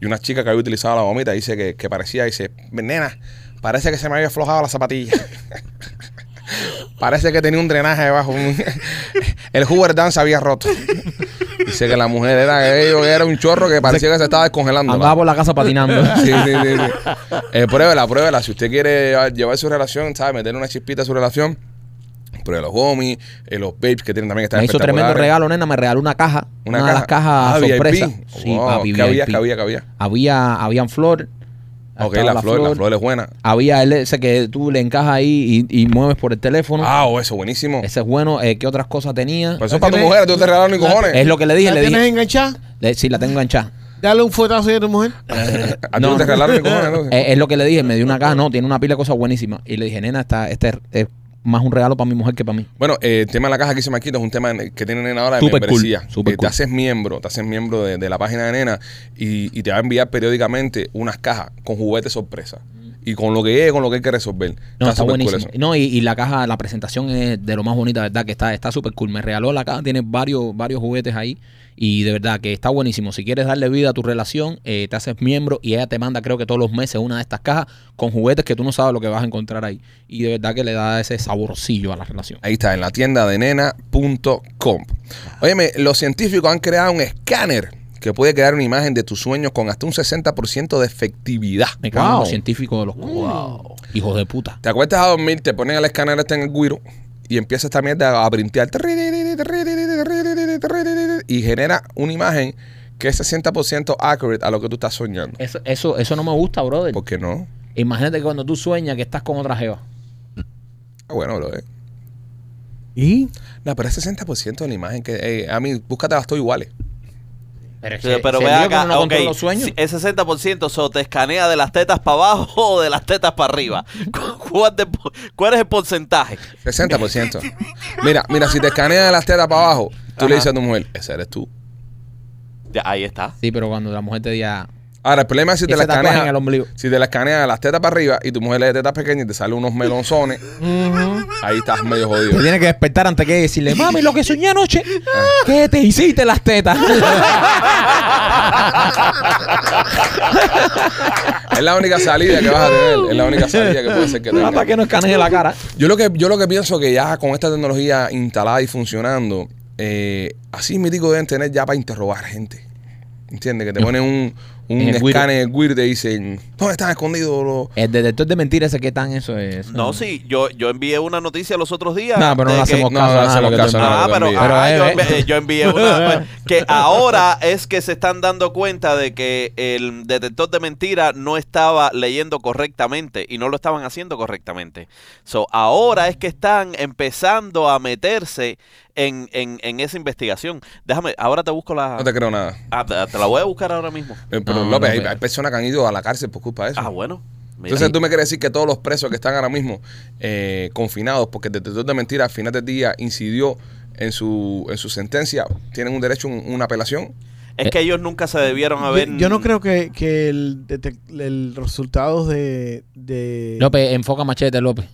A: Y una chica que había utilizado la gomita dice que, que parecía, dice, nena, parece que se me había aflojado la zapatilla. Parece que tenía un drenaje debajo. un- El Hoover Dance había roto. Dice que la mujer era, era un chorro que parecía que se estaba descongelando.
B: Andaba por la casa patinando.
A: Sí, sí, sí. sí. Eh, pruébela, pruébela. Si usted quiere llevar- llevar su relación, ¿sabe? Meterle una chispita a su relación. Pruebe los gomis, eh, los babes que tienen también que estar
B: Me hizo tremendo regalo, nena. Me regaló una caja. Una, de las cajas
A: Ah, VIP.
B: sorpresa.
A: Wow,
B: papi,
A: ¿qué había,
B: VIP.
A: qué había, qué había?
B: Había, habían flor.
A: Ok,
B: estaba
A: la, flor, la flor es buena.
B: Había el ese que tú le encajas ahí y, y mueves por el teléfono.
A: Ah, oh, eso, buenísimo.
B: Ese es bueno. Eh, ¿Qué otras cosas tenía?
A: Pues eso es para tu
C: tiene-
A: mujer, tú te regalaron ni cojones.
B: es lo que le dije.
C: ¿La
B: Le
C: tienes
B: dije.
C: enganchada?
B: le- sí, la tengo enganchada.
C: Dale un fuetazo ahí a tu mujer.
A: A ti no,
B: no.
A: te regalaron ni cojones, ¿no?
B: Eh, Es, es lo que le dije. Me dio una caja. No, tiene una pila de cosas buenísimas. Y le dije, nena, esta, este es- es más un regalo para mi mujer que para mí.
A: Bueno, eh, el tema de la caja que se me quita es un tema que tiene Nena ahora de
B: Super cool,
A: membresía. Eh,
B: super
A: Te
B: cool.
A: haces miembro, te haces miembro de, de la página de Nena y, y te va a enviar periódicamente unas cajas con juguetes sorpresa. Y con lo que es, con lo que hay que resolver.
B: No, está,
A: super cool
B: buenísimo.
A: eso.
B: No, y, y la caja, la presentación es de lo más bonita, ¿verdad? Que está está súper cool. Me regaló la caja, tiene varios, varios juguetes ahí. Y de verdad que está buenísimo. Si quieres darle vida a tu relación, eh, te haces miembro y ella te manda, creo que todos los meses, una de estas cajas con juguetes que tú no sabes lo que vas a encontrar ahí. Y de verdad que le da ese saborcillo a la relación.
A: Ahí está, en la tienda de nena.com. Óyeme, los científicos han creado un escáner que puede crear una imagen de tus sueños con hasta un 60% de efectividad.
B: Me cago en
C: Wow.
B: los científicos de los wow. hijos de puta.
A: Te acuestas a dormir, te ponen el escáner este en el guiro y empieza esta mierda a brintear. Y genera una imagen que es 60% accurate a lo que tú estás soñando.
B: Eso, eso, eso no me gusta, brother.
A: ¿Por qué no?
B: Imagínate que cuando tú sueñas que estás con otra jeva.
A: Ah, bueno, bro. eh.
C: ¿Y?
A: No, pero es 60% de la imagen que eh, a mí, búscate las dos iguales.
B: Pero, es
D: Sí,
B: que
D: pero
B: se
D: ve
B: lío que
D: acá, Ah,
B: uno no
D: ok,
B: controla
D: eh.
B: los sueños.
D: si es 60%, so, te escanea de las tetas para abajo o de las tetas para arriba. ¿Cu- ¿Cuál, de- cuál es el porcentaje?
A: 60%. Mira, mira, si te escanean las tetas para abajo, tú le
D: Ajá.
A: dices a tu mujer, ese eres tú.
D: Ya, ahí está.
B: Sí, pero cuando la mujer te diga,
A: Ahora, el problema es si te la
B: Ese tatuaje
A: escanean
B: en el ombligo.
A: Si te la escanean las tetas para arriba y tu mujer le da tetas pequeñas y te salen unos melonzones, ahí estás medio jodido.
B: Te tiene que despertar antes que decirle, mami, lo que soñé anoche, que te hiciste las tetas.
A: Es la única salida que vas a tener. Es la única salida que puede ser que
B: Hasta
A: tengas.
B: que no escanees la cara.
A: Yo lo que, yo lo que pienso que ya con esta tecnología instalada y funcionando, eh, así mítico deben tener ya para interrogar gente. ¿Entiendes? Que te ponen un, un
B: En el guiro.
A: escáner en el guiro y te dicen, ¿dónde están escondidos los...?
B: El detector de mentiras, ese que tan eso es.
D: No, sí, yo, yo envié una noticia los otros días.
B: Mm. No, pero no
D: de
B: la
D: que-
B: hacemos
A: no,
B: caso.
A: no
B: nada,
A: hacemos
B: lo que
A: caso,
B: te-
A: no,
D: Ah,
A: no,
D: pero,
A: envié.
B: Pero,
D: ah,
B: eh,
D: yo,
B: eh.
D: envié, yo envié una. pues, que ahora es que se están dando cuenta de que el detector de mentira no estaba leyendo correctamente y no lo estaban haciendo correctamente. So, ahora es que están empezando a meterse en, en- en esa investigación. Déjame, ahora te busco la.
A: No te creo nada.
D: Ah, te, te la voy a buscar ahora mismo.
A: Eh, pero
B: No,
A: López, hay,
B: López.
A: hay personas que han ido a la cárcel por culpa de eso.
D: Ah, bueno. Mira.
A: Entonces tú me quieres decir que todos los presos que están ahora mismo eh, confinados porque el detector de mentira al final del día incidió en su, en su sentencia, tienen un derecho a un- una apelación.
D: es
A: eh,
D: que ellos nunca se debieron
C: Yo,
D: haber.
C: yo no creo que, que el, detec- el resultado de, de-
B: López, pues, enfoca machete, López.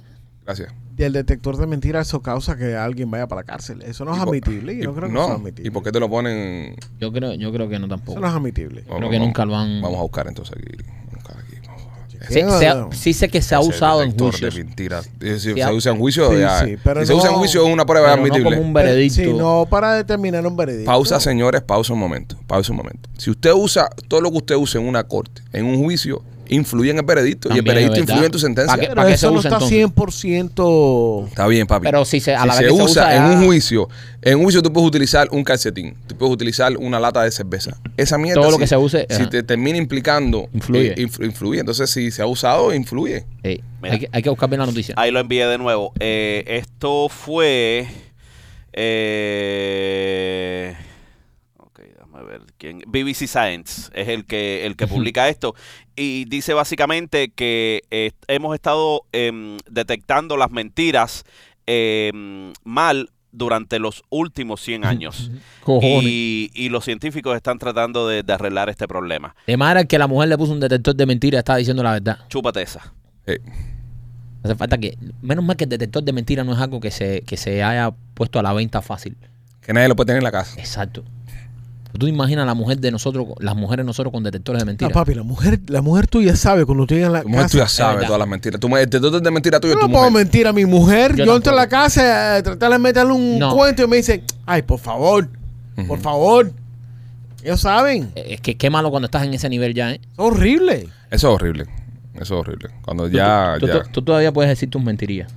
A: Gracias.
C: del detector de mentiras eso causa que alguien vaya para la cárcel. Eso no es
A: Y por-
C: admitible. y
A: y-
C: Yo creo que
A: no,
C: eso es
A: ¿Y
C: admitible.
A: por qué te lo ponen?
B: Yo creo, yo creo que no
C: Eso
B: tampoco.
C: no es admitible.
A: Creo
B: que nunca lo han-
A: Vamos a buscar entonces aquí. Vamos a buscar aquí, vamos a-
B: Sí,
C: Yo-
B: se ha- sí sé que se ha
A: Ese
B: usado en
A: detector
B: juicios.
A: De mentiras. Es decir,
B: Sí,
A: se
B: ha-
A: usa en juicio.
C: Sí,
A: ya-
C: sí, pero
A: si se usa en
C: no-
A: juicio es una prueba
B: Pero no
A: admitible.
B: como un veredicto.
C: Sí, no para determinar un veredicto.
A: Pausa, señores, pausa un momento, pausa un momento. Si usted usa todo lo que usted usa en una corte, en un juicio, influye en el veredicto y el
B: También es
A: veredicto
B: verdad.
A: influye en tu sentencia.
B: ¿Para qué?
C: Pero
B: se
C: eso no
B: usa,
C: está
B: entonces?
C: 100%.
A: Está bien, papi.
B: Pero si se- a la vez
A: se
B: que se
A: usa,
B: usa ah,
A: en
B: ya-
A: un juicio, en un juicio tú puedes utilizar un calcetín, tú puedes utilizar una lata de cerveza. Esa mierda.
B: Todo lo
A: si-
B: que se use,
A: Si
B: ajá.
A: te termina implicando,
B: Influye.
A: eh, influ- influye. Entonces, si se ha usado, influye.
B: Ey,
D: Mira.
B: hay, que- hay que buscar bien la noticia.
D: Ahí lo envié de nuevo. Eh, esto fue. eh, ok, déjame ver quién. BBC Science es el que, el que publica esto. Y dice básicamente que eh, hemos estado em, detectando las mentiras em, mal durante los últimos 100 años.
B: Cojones.
D: y, y los científicos están tratando de, de arreglar este problema.
B: De manera que la mujer le puso un detector de mentiras, estaba diciendo la verdad.
D: Chúpate esa.
A: Eh,
B: Hace falta que. Menos mal que el detector de mentiras no es algo que se, que se haya puesto a la venta fácil.
A: que nadie lo puede tener en la casa.
B: Exacto. Tú te imaginas la mujer de nosotros, las mujeres de nosotros con detectores de
C: No,
B: mentiras.
C: papi, la mujer, la mujer tuya sabe cuando tú llegas a la
A: Tu mujer
C: casa.
A: tú ya
B: es
A: sabes
B: verdad.
A: todas las mentiras. Tu mujer, el detector de mentira tuya
C: Yo
A: es
C: no
A: tu
C: puedo
A: mujer.
C: mentir a mi mujer.
B: Yo
C: Yo, entro a la
B: tampoco.
C: casa a tratar de meterle un
B: No.
C: cuento y me dicen, ay, por favor, por favor. Ellos saben.
B: Eh, Es que qué malo cuando estás en ese nivel ya, ¿eh?
C: Es horrible.
A: Eso es horrible. Eso es horrible. Cuando
B: Tú-
A: ya.
B: tú, tú-
A: ya.
B: tú- tú todavía puedes decir tus mentirías.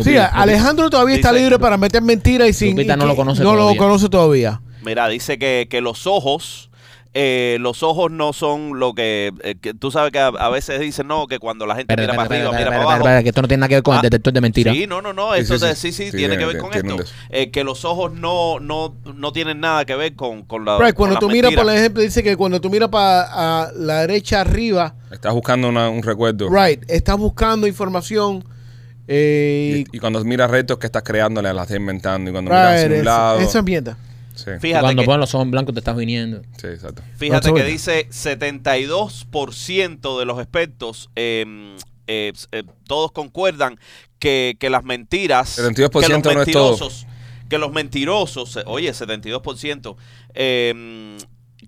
C: Sí, Alejandro todavía está
D: Dice-
C: libre para meter mentiras y sin.
B: Lupita
C: y
B: no lo
C: que-
B: conoce
C: no
B: todavía.
C: lo conoce todavía.
D: Mira, dice que, que los ojos, eh, los ojos no son lo que, eh, que- tú sabes que a, a veces dicen no, que cuando la gente
B: Espera,
D: mira
B: espera,
D: para
B: espera,
D: arriba, mira
B: espera,
D: para abajo.
B: espera, espera, que esto no tiene nada que ver con
D: Ah,
B: el detector de mentiras.
D: Sí, no, no, no,
A: Sí,
D: esto
A: sí,
D: de-
A: sí.
D: sí,
A: Sí,
D: sí,
A: tiene-
D: tiene que ver
A: tiene-
D: con
A: tiene
D: esto.
A: un
D: Eh, que los ojos no, no, no tienen nada que ver con, con la.
C: Pero
D: con
C: cuando
D: las
C: tú miras,
D: mentiras.
C: por ejemplo, dice que cuando tú miras para la derecha arriba,
A: Estás buscando una- un recuerdo.
C: right, estás buscando información.
A: Y,
C: Eh,
A: y cuando miras retos que estás creándole, las estás inventando. Y cuando miras
C: right,
A: hacia un
C: es-
A: lado.
C: esa mierda.
A: Sí,
B: Y
D: Fíjate
B: Cuando
D: que,
B: ponen los ojos en blanco te estás viniendo.
A: sí, exacto.
D: fíjate
C: No,
D: que
C: tú-
D: dice 72% de los expertos, eh, eh, eh, todos concuerdan que, que las mentiras.
A: 72%
D: que los
A: no es todo.
D: mentirosos- Que los mentirosos, eh, oye, 72%, eh,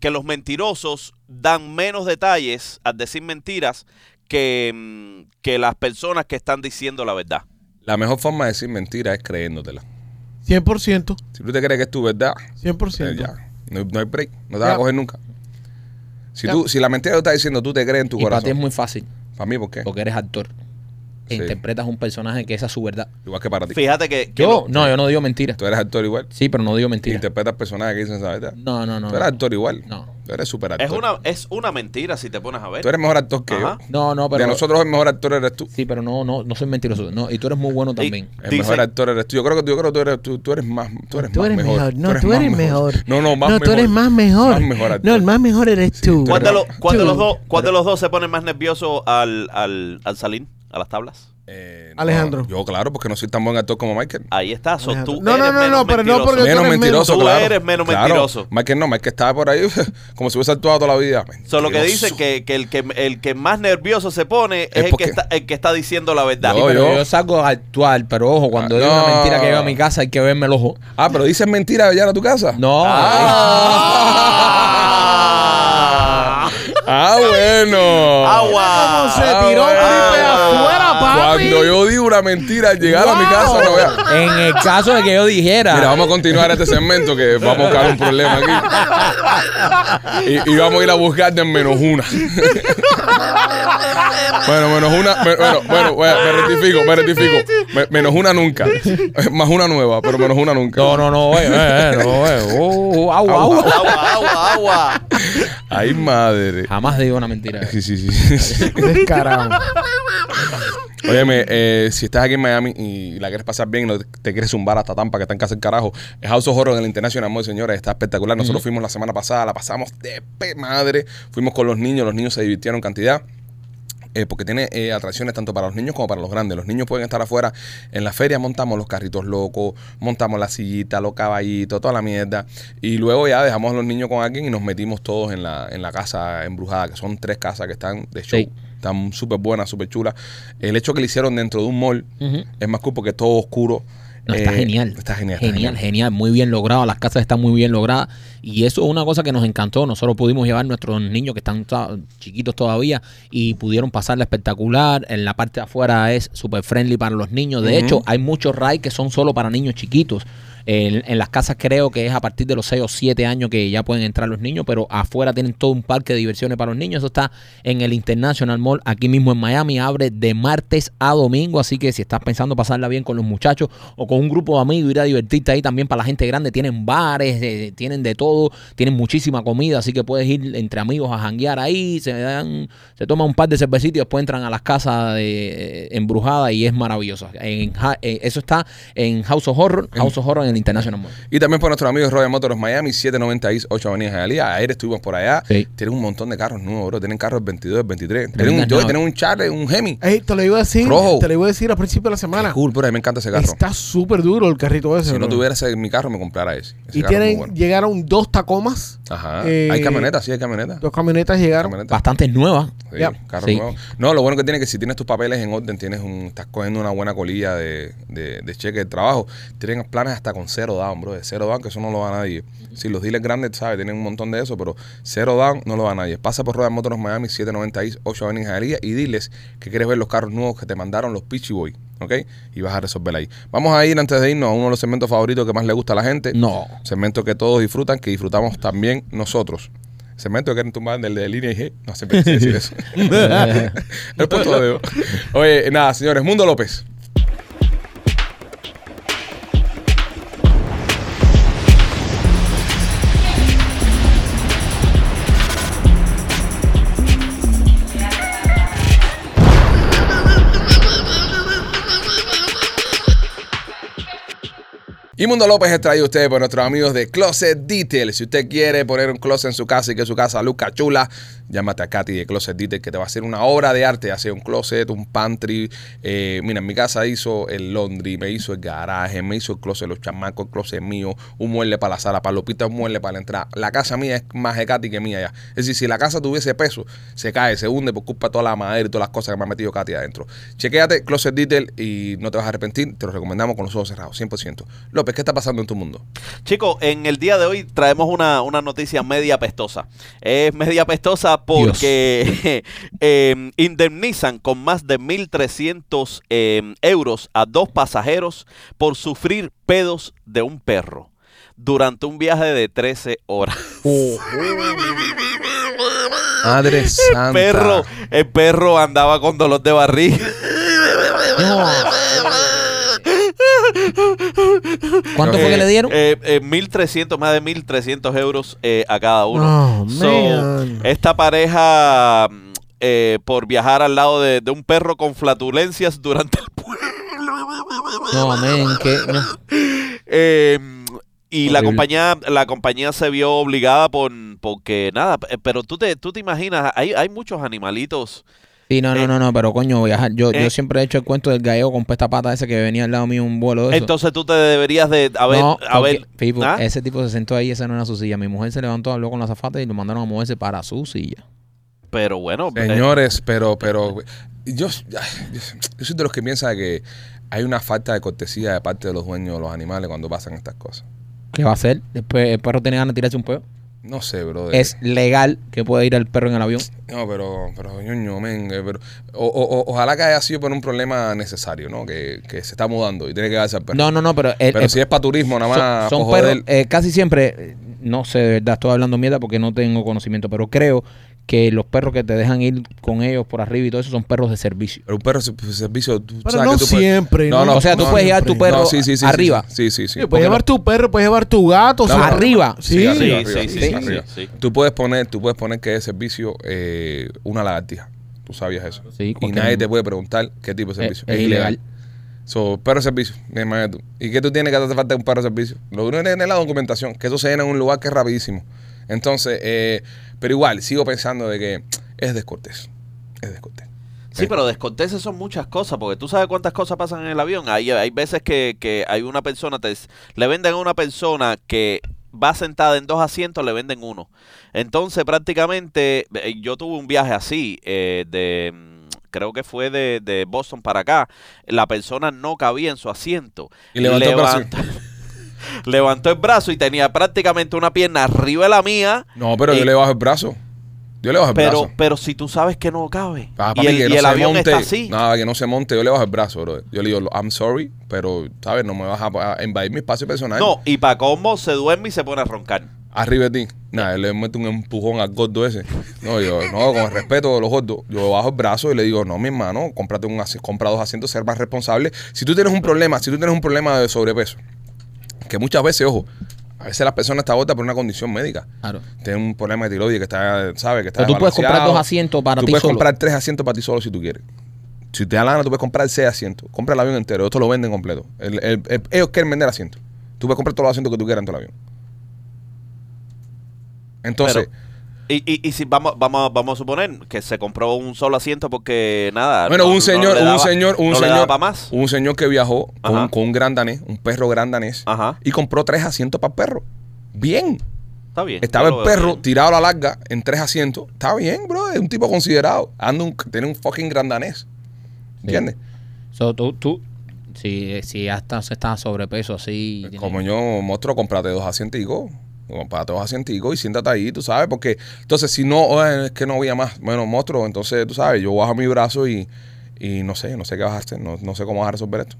D: que los mentirosos dan menos detalles al decir mentiras que, mm, que las personas que están diciendo la verdad.
A: La mejor forma de decir mentira es creyéndotela.
C: 100%.
A: Si tú te crees que es tu verdad,
C: 100%.
A: eh, ya. No, hay- no hay break. No te
C: Ya.
A: vas a coger nunca. Si,
C: Ya.
A: tú, si la mentira que tú estás diciendo, tú te crees en tu
B: Y para ti es
A: corazón.
B: muy fácil,
A: Para mí, ¿por qué?
B: porque eres actor. E
A: Sí.
B: interpretas un personaje que esa es su verdad.
A: Igual que para ti.
D: Fíjate que, que
B: Yo,
D: lo-
B: no, yo no digo mentiras.
A: Tú eres actor igual.
B: Sí, pero no digo
A: Y
B: mentiras.
A: interpretas personajes que dicen esa verdad.
B: No, no, no.
A: tú eres
B: no.
A: actor igual.
B: No.
A: Tú eres super actor.
D: es una es una mentira si te pones a ver.
A: Tú eres mejor actor que
D: Ajá.
A: yo.
B: No, no, pero.
A: De nosotros el mejor actor eres tú.
B: Sí, pero no, no, no soy mentiroso. No, y tú eres muy bueno también.
A: El
D: Dice-
A: mejor actor eres tú. Yo creo que, yo creo que tú, eres, tú, tú eres más tú eres,
C: Tú
A: más
C: eres
A: mejor.
C: mejor. No, tú
A: más
C: eres mejor.
A: No, no, más
C: no,
A: mejor.
C: tú eres más mejor.
A: Más mejor actor.
C: No, el más mejor eres tú.
A: tú
D: ¿Cuál de,
A: eres-
D: los, cuál de
C: Tú.
D: los dos, cuál de los dos se pone más nervioso al, al, al salir a las tablas?
A: Eh,
C: Alejandro.
A: Yo, claro, porque no soy tan buen actor como Michael.
D: Ahí está, so, tú
C: No, no,
D: eres
C: no,
D: menos
C: no, pero no
D: mentiroso.
C: porque tú
A: menos
C: eres
A: mentiroso,
D: menos-
A: claro.
D: Tú eres menos
A: Claro.
D: mentiroso.
A: Michael no, Michael estaba por ahí como si hubiese actuado toda la vida.
D: So, lo que
A: Mentiroso.
D: dice que, que el que el que más nervioso se pone es,
A: Es
D: el,
A: porque-
D: que está, el que está diciendo la verdad.
B: Sí,
A: No,
B: pero
A: yo-
B: yo. salgo a actuar, pero ojo, cuando
A: Ah,
B: digo
A: no.
B: una mentira que llevo a mi casa hay que verme el ojo.
A: Ah, pero dices mentira allá a tu casa.
B: No. eh.
D: Ah.
A: Ah, bueno.
C: ¿Cómo
D: Agua.
C: se tiró
A: Ah, bueno.
C: Felipe afuera, papi?
A: Cuando yo digo una mentira al llegar a mi
C: Wow.
A: casa, no veas.
B: En el caso de que yo dijera.
A: Mira, vamos a continuar este segmento que vamos a buscar un problema aquí. Y, y vamos a ir a buscar de menos una. bueno, menos una. me- bueno, bueno, bueno, me rectifico, me rectifico. Me- menos una nunca. Más una nueva, pero menos una nunca.
B: No, no, no, oye, eh, eh, no, oye, oh, oh, agua, agua.
D: Agua, agua, agua.
A: Ay, madre.
B: Jamás digo una mentira.
A: Sí, sí, sí. sí.
C: Descarado.
A: Óyeme, eh, si estás aquí en Miami y la quieres pasar bien y no te- te quieres zumbar hasta Tampa, que está en casa el carajo, es House of Horror en el International Mall, señores, está espectacular. Nosotros fuimos la semana pasada, la pasamos de pe madre. Fuimos con los niños, los niños se divirtieron cantidad. eh, porque tiene eh, atracciones tanto para los niños como para los grandes. Los niños pueden estar afuera en la feria, montamos los carritos locos, montamos la sillita, los caballitos, toda la mierda. Y luego ya dejamos a los niños con alguien y nos metimos todos en la, en la casa embrujada, que son tres casas que están de show.
B: Sí.
A: Están súper buenas, súper chulas. El hecho que le hicieron dentro de un mall
B: Ujú.
A: es más cool porque es todo oscuro.
B: No, está
A: Eh,
B: genial.
A: Está genial. está
B: Genial, genial, Muy bien logrado. Las casas están muy bien logradas. Y eso es una cosa que nos encantó. Nosotros pudimos llevar nuestros niños que están to- chiquitos todavía y pudieron pasarla espectacular. En la parte de afuera es súper friendly para los niños. De
A: Ujú.
B: hecho, hay muchos rides que son solo para niños chiquitos. En, en las casas creo que es a partir de los 6 o 7 años que ya pueden entrar los niños, pero afuera tienen todo un parque de diversiones para los niños. Eso está en el International Mall, aquí mismo en Miami. Abre de martes a domingo, así que si estás pensando pasarla bien con los muchachos o con un grupo de amigos, ir a divertirte ahí también para la gente grande. Tienen bares, eh, tienen de todo, tienen muchísima comida, así que puedes ir entre amigos a janguear ahí, se dan, se toma un par de cervecitas y después entran a las casas de, eh, embrujadas y es maravilloso. En ja- eh, eso está en House of Horror, House of Horror en el International Mall.
A: Y también por nuestros amigos Royal Motors Miami, 790 East 8 Avenida Jalía. Ayer estuvimos por allá.
B: Sí.
A: Tienen un montón de carros nuevos, bro. Tienen carros 22, 23. Tienen
B: Tremendas
A: un Joy,
B: naves.
A: tienen un Charlie, un Hemi.
C: Ey, te lo iba a decir.
A: Rojo.
C: Te lo iba a decir al principio de la semana.
A: Cool, bro. A mí me encanta ese carro.
C: Está súper duro el carrito ese.
A: Si no
C: bro.
A: tuviera ese, mi carro, me comprara ese. Ese carro es
C: y
A: muy
C: tienen,
A: bueno.
C: llegaron dos Tacomas.
A: Ajá.
C: eh,
A: hay camionetas, sí, hay camionetas.
C: Dos camionetas llegaron.
A: Camionetas.
B: Bastante nueva.
A: Sí,
C: Ya.
A: carro
B: Sí.
A: nuevo. No, lo bueno que tiene es que si tienes tus papeles en orden, tienes un, estás cogiendo una buena colilla de, de, de cheque de trabajo. Tienen planes hasta con cero down, bro. De cero down, que eso no lo va a nadie. Si los dealers grandes, ¿sabes? Tienen un montón de eso, pero cero down no lo va a nadie. Pasa por Royal Motors Miami, 790 East, 8 Avenida Jalía y diles que quieres ver los carros nuevos que te mandaron los Pitchy Boy, ¿ok? Y vas a resolver ahí. Vamos a ir antes de irnos a uno de los segmentos favoritos que más le gusta a la gente.
B: No.
A: Segmento que todos disfrutan, que disfrutamos también nosotros. Segmento que quieren tumbar del de línea y G. No siempre quise decir eso. El puesto de dedo. Oye, nada, señores, Mundo López. Y Mundo López es traído a ustedes por nuestros amigos de Closet Detail. Si usted quiere poner un closet en su casa y que su casa luzca chula, llámate a Katy de Closet Detail que te va a hacer una obra de arte. Hace un closet, un pantry. Eh, mira, en mi casa hizo el laundry, me hizo el garaje, me hizo el closet, los chamacos, el closet mío, un mueble para la sala, para Lupita, un mueble para la entrada. La casa mía es más de Katy que mía ya. Es decir, si la casa tuviese peso, se cae, se hunde por culpa de toda la madera y todas las cosas que me ha metido Katy adentro. Chequéate Closet Detail y no te vas a arrepentir. Te lo recomendamos con los ojos cerrados, 100%. López, ¿qué está pasando en tu mundo?
D: Chicos, en el día de hoy traemos una, una noticia media pestosa. Es media pestosa porque eh, indemnizan con más de 1.300 eh, euros a dos pasajeros por sufrir pedos de un perro durante un viaje de 13 horas.
A: Madre santa.
D: Perro, el perro andaba con dolor de barriga.
B: ¿Cuánto
A: Eh,
B: fue que le dieron?
D: Eh, eh, 1.300, más de 1.300 euros eh, a cada uno.
C: Oh, man.
D: Esta pareja, mm, eh, por viajar al lado de, de un perro con flatulencias durante el pueblo,
B: No, men, que no.
D: eh, y la
B: Horrible.
D: compañía, la compañía se vio obligada por, porque nada, eh, pero tú te, tú te imaginas, hay, hay muchos animalitos.
B: Sí, no, no, no, no, pero coño, viajar. Yo,
D: Eh.
B: yo siempre he hecho el cuento del gallego con pesta pata ese que venía al lado mío un vuelo de eso.
D: Entonces tú te deberías de, a ver,
B: no,
D: a ver,
B: porque, Pipo,
D: ¿ah?
B: ese tipo se sentó ahí, esa no era su silla. Mi mujer se levantó, habló con la zafata y lo mandaron a moverse para su silla.
D: pero bueno, eh,
A: Señores, pero, pero. Yo, ay, yo- yo soy de los que piensa que hay una falta de cortesía de parte de los dueños de los animales cuando pasan estas cosas.
B: ¿Qué va a hacer? Después el perro tiene ganas de tirarse un peo.
A: No sé, bro.
B: Es legal que pueda ir al perro en el avión.
A: No, pero, pero, ñoño, men, eh, pero o, o- o- ojalá que haya sido por un problema necesario, ¿no? Que, que se está mudando y tiene que darse al perro.
B: No, no, no, pero el-
A: pero
B: el-
A: si es para turismo, nada
B: son,
A: más.
B: son
A: ojo de
B: perros,
A: él.
B: eh, casi siempre, eh, no sé, de verdad, estoy hablando mierda porque no tengo conocimiento, pero creo que los perros que te dejan ir con ellos por arriba y todo eso son perros de servicio.
A: Pero un perro se- pues, servicio. tú
C: Pero
A: sabes
C: no
A: que tú puedes-
C: siempre, ¿no?
B: O sea, tú puedes llevar tu
A: siempre.
B: perro arriba.
A: Sí, sí, sí.
C: Sí, puedes llevar tu perro, puedes llevar tu gato.
A: No,
C: su-
A: no, no.
B: Arriba.
C: Sí.
A: Sí, arriba,
D: Sí,
A: arriba,
D: sí,
A: sí,
D: sí,
A: arriba.
D: sí, sí.
A: Tú puedes poner, tú puedes poner que es servicio eh, una lagartija. Tú sabías eso.
B: Sí,
A: y
B: cualquier-
A: nadie te puede preguntar qué tipo de
B: Eh,
A: servicio.
B: es ilegal.
A: So, perro de servicio, me imagino tú. ¿Y qué tú tienes que hacer falta de un perro de servicio? Lo único que es la documentación, que eso se llena en un lugar que es rapidísimo. Entonces, eh, pero igual, sigo pensando de que es descortés. Es descortés.
D: Sí, pero descorteses son muchas cosas, porque tú sabes cuántas cosas pasan en el avión. Hay, hay veces que, que hay una persona, te, le venden a una persona que va sentada en dos asientos, le venden uno. Entonces, prácticamente, eh, yo tuve un viaje así, eh, de mm, creo que fue de, de Boston para acá. La persona no cabía en su asiento.
A: Y levantó el brazo.
D: levantó el brazo y tenía prácticamente una pierna arriba de la mía.
A: No, pero
D: Y-
A: yo le bajo el brazo. Yo le bajo el
D: Eh, Pero,
A: brazo.
D: pero si tú sabes que no cabe
A: Ah,
D: y
A: papi,
D: el,
A: que
D: y
A: no
D: el
A: se
D: avión
A: monte,
D: está así,
A: Nada, que no se monte. Yo le bajo el brazo, bro. Yo le digo, I'm sorry, pero, ¿sabes? No me vas a, a invadir mi espacio personal.
D: no, y para combo se duerme y se pone a roncar.
A: Arriba de ti. Nada, le meto un empujón al gordo ese. No, yo, no, con el respeto de los gordos, yo bajo el brazo y le digo, no, mi hermano, cómprate un, asi- compra dos asientos, ser más responsable. Si tú tienes un problema, si tú tienes un problema de sobrepeso, que muchas veces, ojo, a veces la persona está gorda por una condición médica.
B: Claro.
A: Tiene un problema de tiroides que está, ¿sabes? Que está
B: Pero tú puedes comprar
A: desbalanceado.
B: dos asientos para
A: Tú
B: ti
A: puedes
B: solo.
A: comprar tres asientos para ti solo si tú quieres. Si te da la gana, tú puedes comprar seis asientos. Compra el avión entero. Esto lo venden completo. El- el- el- ellos quieren vender asientos. Tú puedes comprar todos los asientos que tú quieras en todo el avión. Entonces,
D: Y, y, y si vamos, vamos, vamos a suponer que se compró un solo asiento porque nada.
A: bueno,
D: ah, no-
A: un
D: no
A: señor,
D: le
A: un
D: daba-
A: señor, un
D: no le
A: señor,
D: daba pa' más.
A: un señor que viajó con,
D: Ajá. Ah.
A: con un gran danés, un perro gran danés,
D: Ajá.
A: y compró tres asientos para el perro. Bien.
D: Está bien.
A: Estaba
D: yo lo
A: el
D: veo
A: perro
D: bien.
A: tirado a la larga en tres asientos. Está bien, bro. Es un tipo considerado. Anda un, tiene un fucking gran danés. ¿Entiendes?
B: So, tú, tú, si, si hasta se está sobrepeso así. tienes-
A: Como yo, monstruo, comprate dos asientos Comprate dos asientos y siéntate ahí, tú sabes, porque entonces si no, oh, es que no había más. Bueno, monstruo, entonces tú sabes, yo bajo mi brazo y, y no sé, no sé qué vas a hacer, no, no sé cómo vas a resolver esto.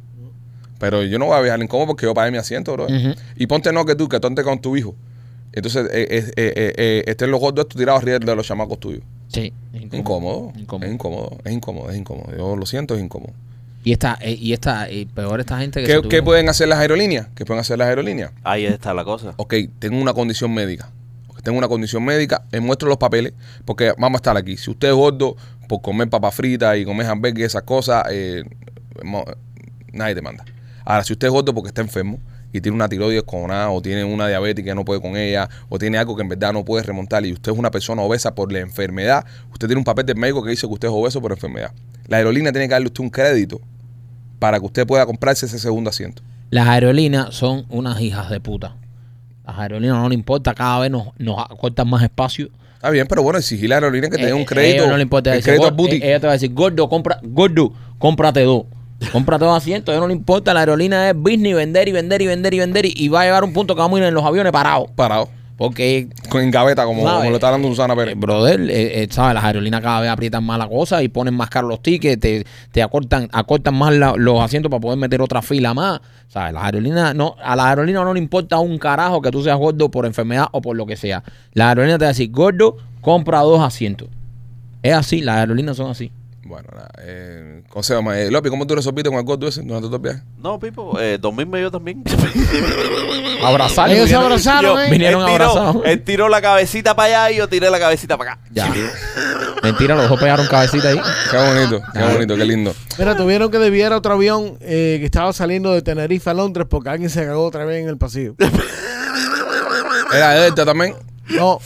A: Pero yo no voy a viajar incómodo porque yo pagué mi asiento, bro.
B: Ujú.
A: Y ponte no que tú, que tonte con tu hijo. Entonces, eh, eh, eh, eh, eh, estén los gordos estos tirados arriba de los chamacos tuyos.
B: Sí.
A: Incómodo.
B: Incómodo.
A: Es incómodo, es incómodo, es incómodo. Yo lo siento, es incómodo.
B: Y esta, eh, y esta, eh, peor esta gente que
A: ¿Qué,
B: se tuvo-
A: qué pueden hacer las aerolíneas? ¿Qué pueden hacer las aerolíneas?
D: Ahí está la cosa.
A: ok, tengo una condición médica. Tengo una condición médica, eh, muestro los papeles, porque vamos a estar aquí. Si usted es gordo por comer papa frita y comer hamburguesas y esas cosas, eh, mo- nadie te manda. Ahora, si usted es gordo porque está enfermo y tiene una tiroides con A o tiene una diabetes que no puede con ella o tiene algo que en verdad no puede remontar y usted es una persona obesa por la enfermedad, usted tiene un papel del médico que dice que usted es obeso por enfermedad. La aerolínea tiene que darle a usted un crédito para que usted pueda comprarse ese segundo asiento.
B: Las aerolíneas son unas hijas de puta. Las aerolíneas no le importa, cada vez nos, nos acortan más espacio.
A: Está bien, pero bueno, exigir a la aerolínea que te dé un
B: Eh,
A: crédito.
B: ellos no le importa
A: el
B: decir,
A: crédito
B: "Gor-
A: al booty.
B: eh, Ella te va a decir, gordo, compra, gordo, cómprate dos. Cómprate dos asientos, a ellos no le importa. La aerolínea es business, vender y vender y vender y vender. Y, y va a llegar un punto que vamos a ir en los aviones parados.
A: parado.
B: Porque,
A: Con en gaveta, como,
B: ¿Sabes?
A: como le está dando Susana
B: eh,
A: Pérez.
B: brother, eh, eh, ¿sabes? Las aerolíneas cada vez aprietan más la cosa y ponen más caros los tickets, te, te acortan, acortan más la- los asientos para poder meter otra fila más. ¿Sabes? Las aerolíneas, no, a las aerolíneas no le importa un carajo que tú seas gordo por enfermedad o por lo que sea. La aerolínea te va a decir, gordo, compra dos asientos. Es así, las aerolíneas son así.
A: Bueno, nada. Eh, consejo más. Eh, López, ¿cómo tú resolviste con el gordo ese durante todo el viaje?
D: No, Pipo, eh, dormirme yo también.
B: Abrazar.
C: Ellos se
B: vinieron-
C: abrazaron,
D: Yo-
C: ¿eh?
B: Vinieron
D: él tiró-
B: abrazados.
D: Él tiró la cabecita para allá y yo tiré la cabecita para acá.
B: Ya. Mentira, los dos pegaron cabecita ahí.
A: Qué bonito, qué
B: Ah,
A: bonito, qué lindo.
C: Mira, tuvieron que desviar otro avión eh, que estaba saliendo de Tenerife a Londres porque alguien se cagó otra vez en el pasillo.
A: Era Delta también.
C: No,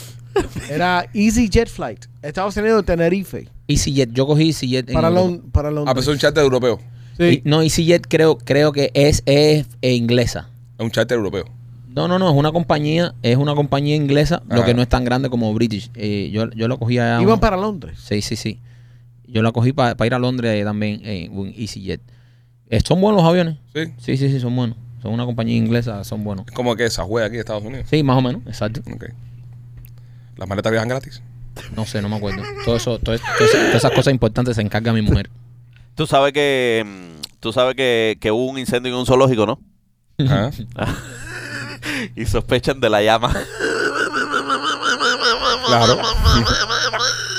C: era EasyJet Flight. Estaba saliendo de Tenerife
B: EasyJet, yo cogí EasyJet. en
C: para,
B: Europa.
C: Lon- para
A: Ah, pero
C: Londres.
A: es un charter europeo.
C: Sí.
B: Y- No, EasyJet creo, creo que es, es eh, inglesa.
A: Es un charter europeo.
B: No, no, no, es una compañía, es una compañía inglesa, lo
A: Ajá.
B: que no es tan grande como British. Eh, yo, yo lo cogí allá.
C: Iban para Londres.
B: Sí, sí, sí. Yo la cogí para ir a Londres eh, también eh, en EasyJet. Eh, son buenos los aviones.
A: Sí.
B: Sí, sí, sí, son buenos. Son una compañía inglesa, son buenos.
A: Es como que esa juega aquí de Estados Unidos.
B: Sí, más o menos, exacto.
A: Ok. Las maletas viajan gratis.
B: No sé, no me acuerdo. Todo eso, todo, eso- todo eso- todas esas cosas importantes se encarga mi mujer.
D: Tú sabes que mm, tú sabes que, que hubo un incendio en un zoológico, ¿no?
A: Ajá.
D: Y sospechan de la llama.
A: Claro.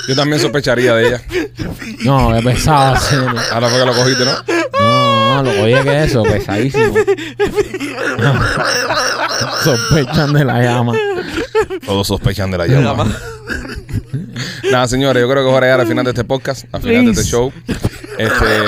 A: Yo también sospecharía de ella.
B: No, qué pesado. sí, no.
A: Ahora fue que lo cogiste, ¿no?
B: No, no, lo oye que eso, pesadísimo. Sospechan de la llama.
A: Todos sospechan de la llama. Nada, señores, yo creo que es hora de llegar al final de este podcast, al final de este
C: Please.
A: show. Este,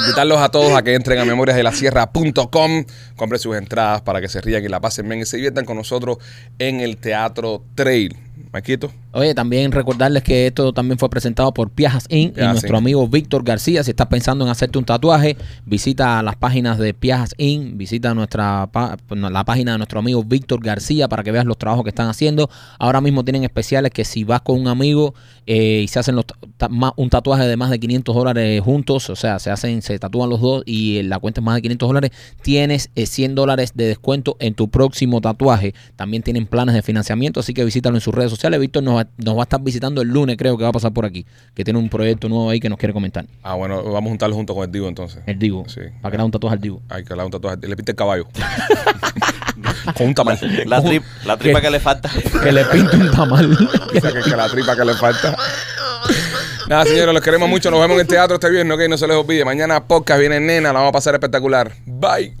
A: invitarlos a todos a que entren a memorias de la sierra.com, compren sus entradas para que se rían y la pasen bien y se diviertan con nosotros en el Teatro Trail. Maquito,
B: Oye, también recordarles que esto también fue presentado por Piajas Inc. y
A: Piajas
B: nuestro
A: Inc.
B: amigo Víctor García. Si estás pensando en hacerte un tatuaje, visita las páginas de Piajas Inc. Visita nuestra pa- la página de nuestro amigo Víctor García para que veas los trabajos que están haciendo. Ahora mismo tienen especiales que si vas con un amigo eh, y se hacen los ta- ta- ma- un tatuaje de más de 500 dólares juntos, o sea, se hacen, se tatúan los dos y eh, la cuenta es más de 500 dólares, tienes eh, 100 dólares de descuento en tu próximo tatuaje. También tienen planes de financiamiento, así que visítalo en sus redes sociales. Víctor nos va, nos va a estar visitando el lunes, creo que va a pasar por aquí, que tiene un proyecto nuevo ahí que nos quiere comentar.
A: Ah, bueno, vamos a juntarlo junto con el Divo entonces.
B: El Divo,
A: Sí.
B: para crear un tatuaje al Divo.
A: Hay que le un tatuaje. Le pinta el caballo. con un tamal.
D: La, trip- la tripa que le falta.
B: Que le pinte un tamal.
A: O sea, que, que la tripa que le falta. Nada, señores, los queremos mucho. Nos vemos en el teatro este viernes, ok. No se les olvide. Mañana podcast viene nena, la vamos a pasar espectacular. Bye.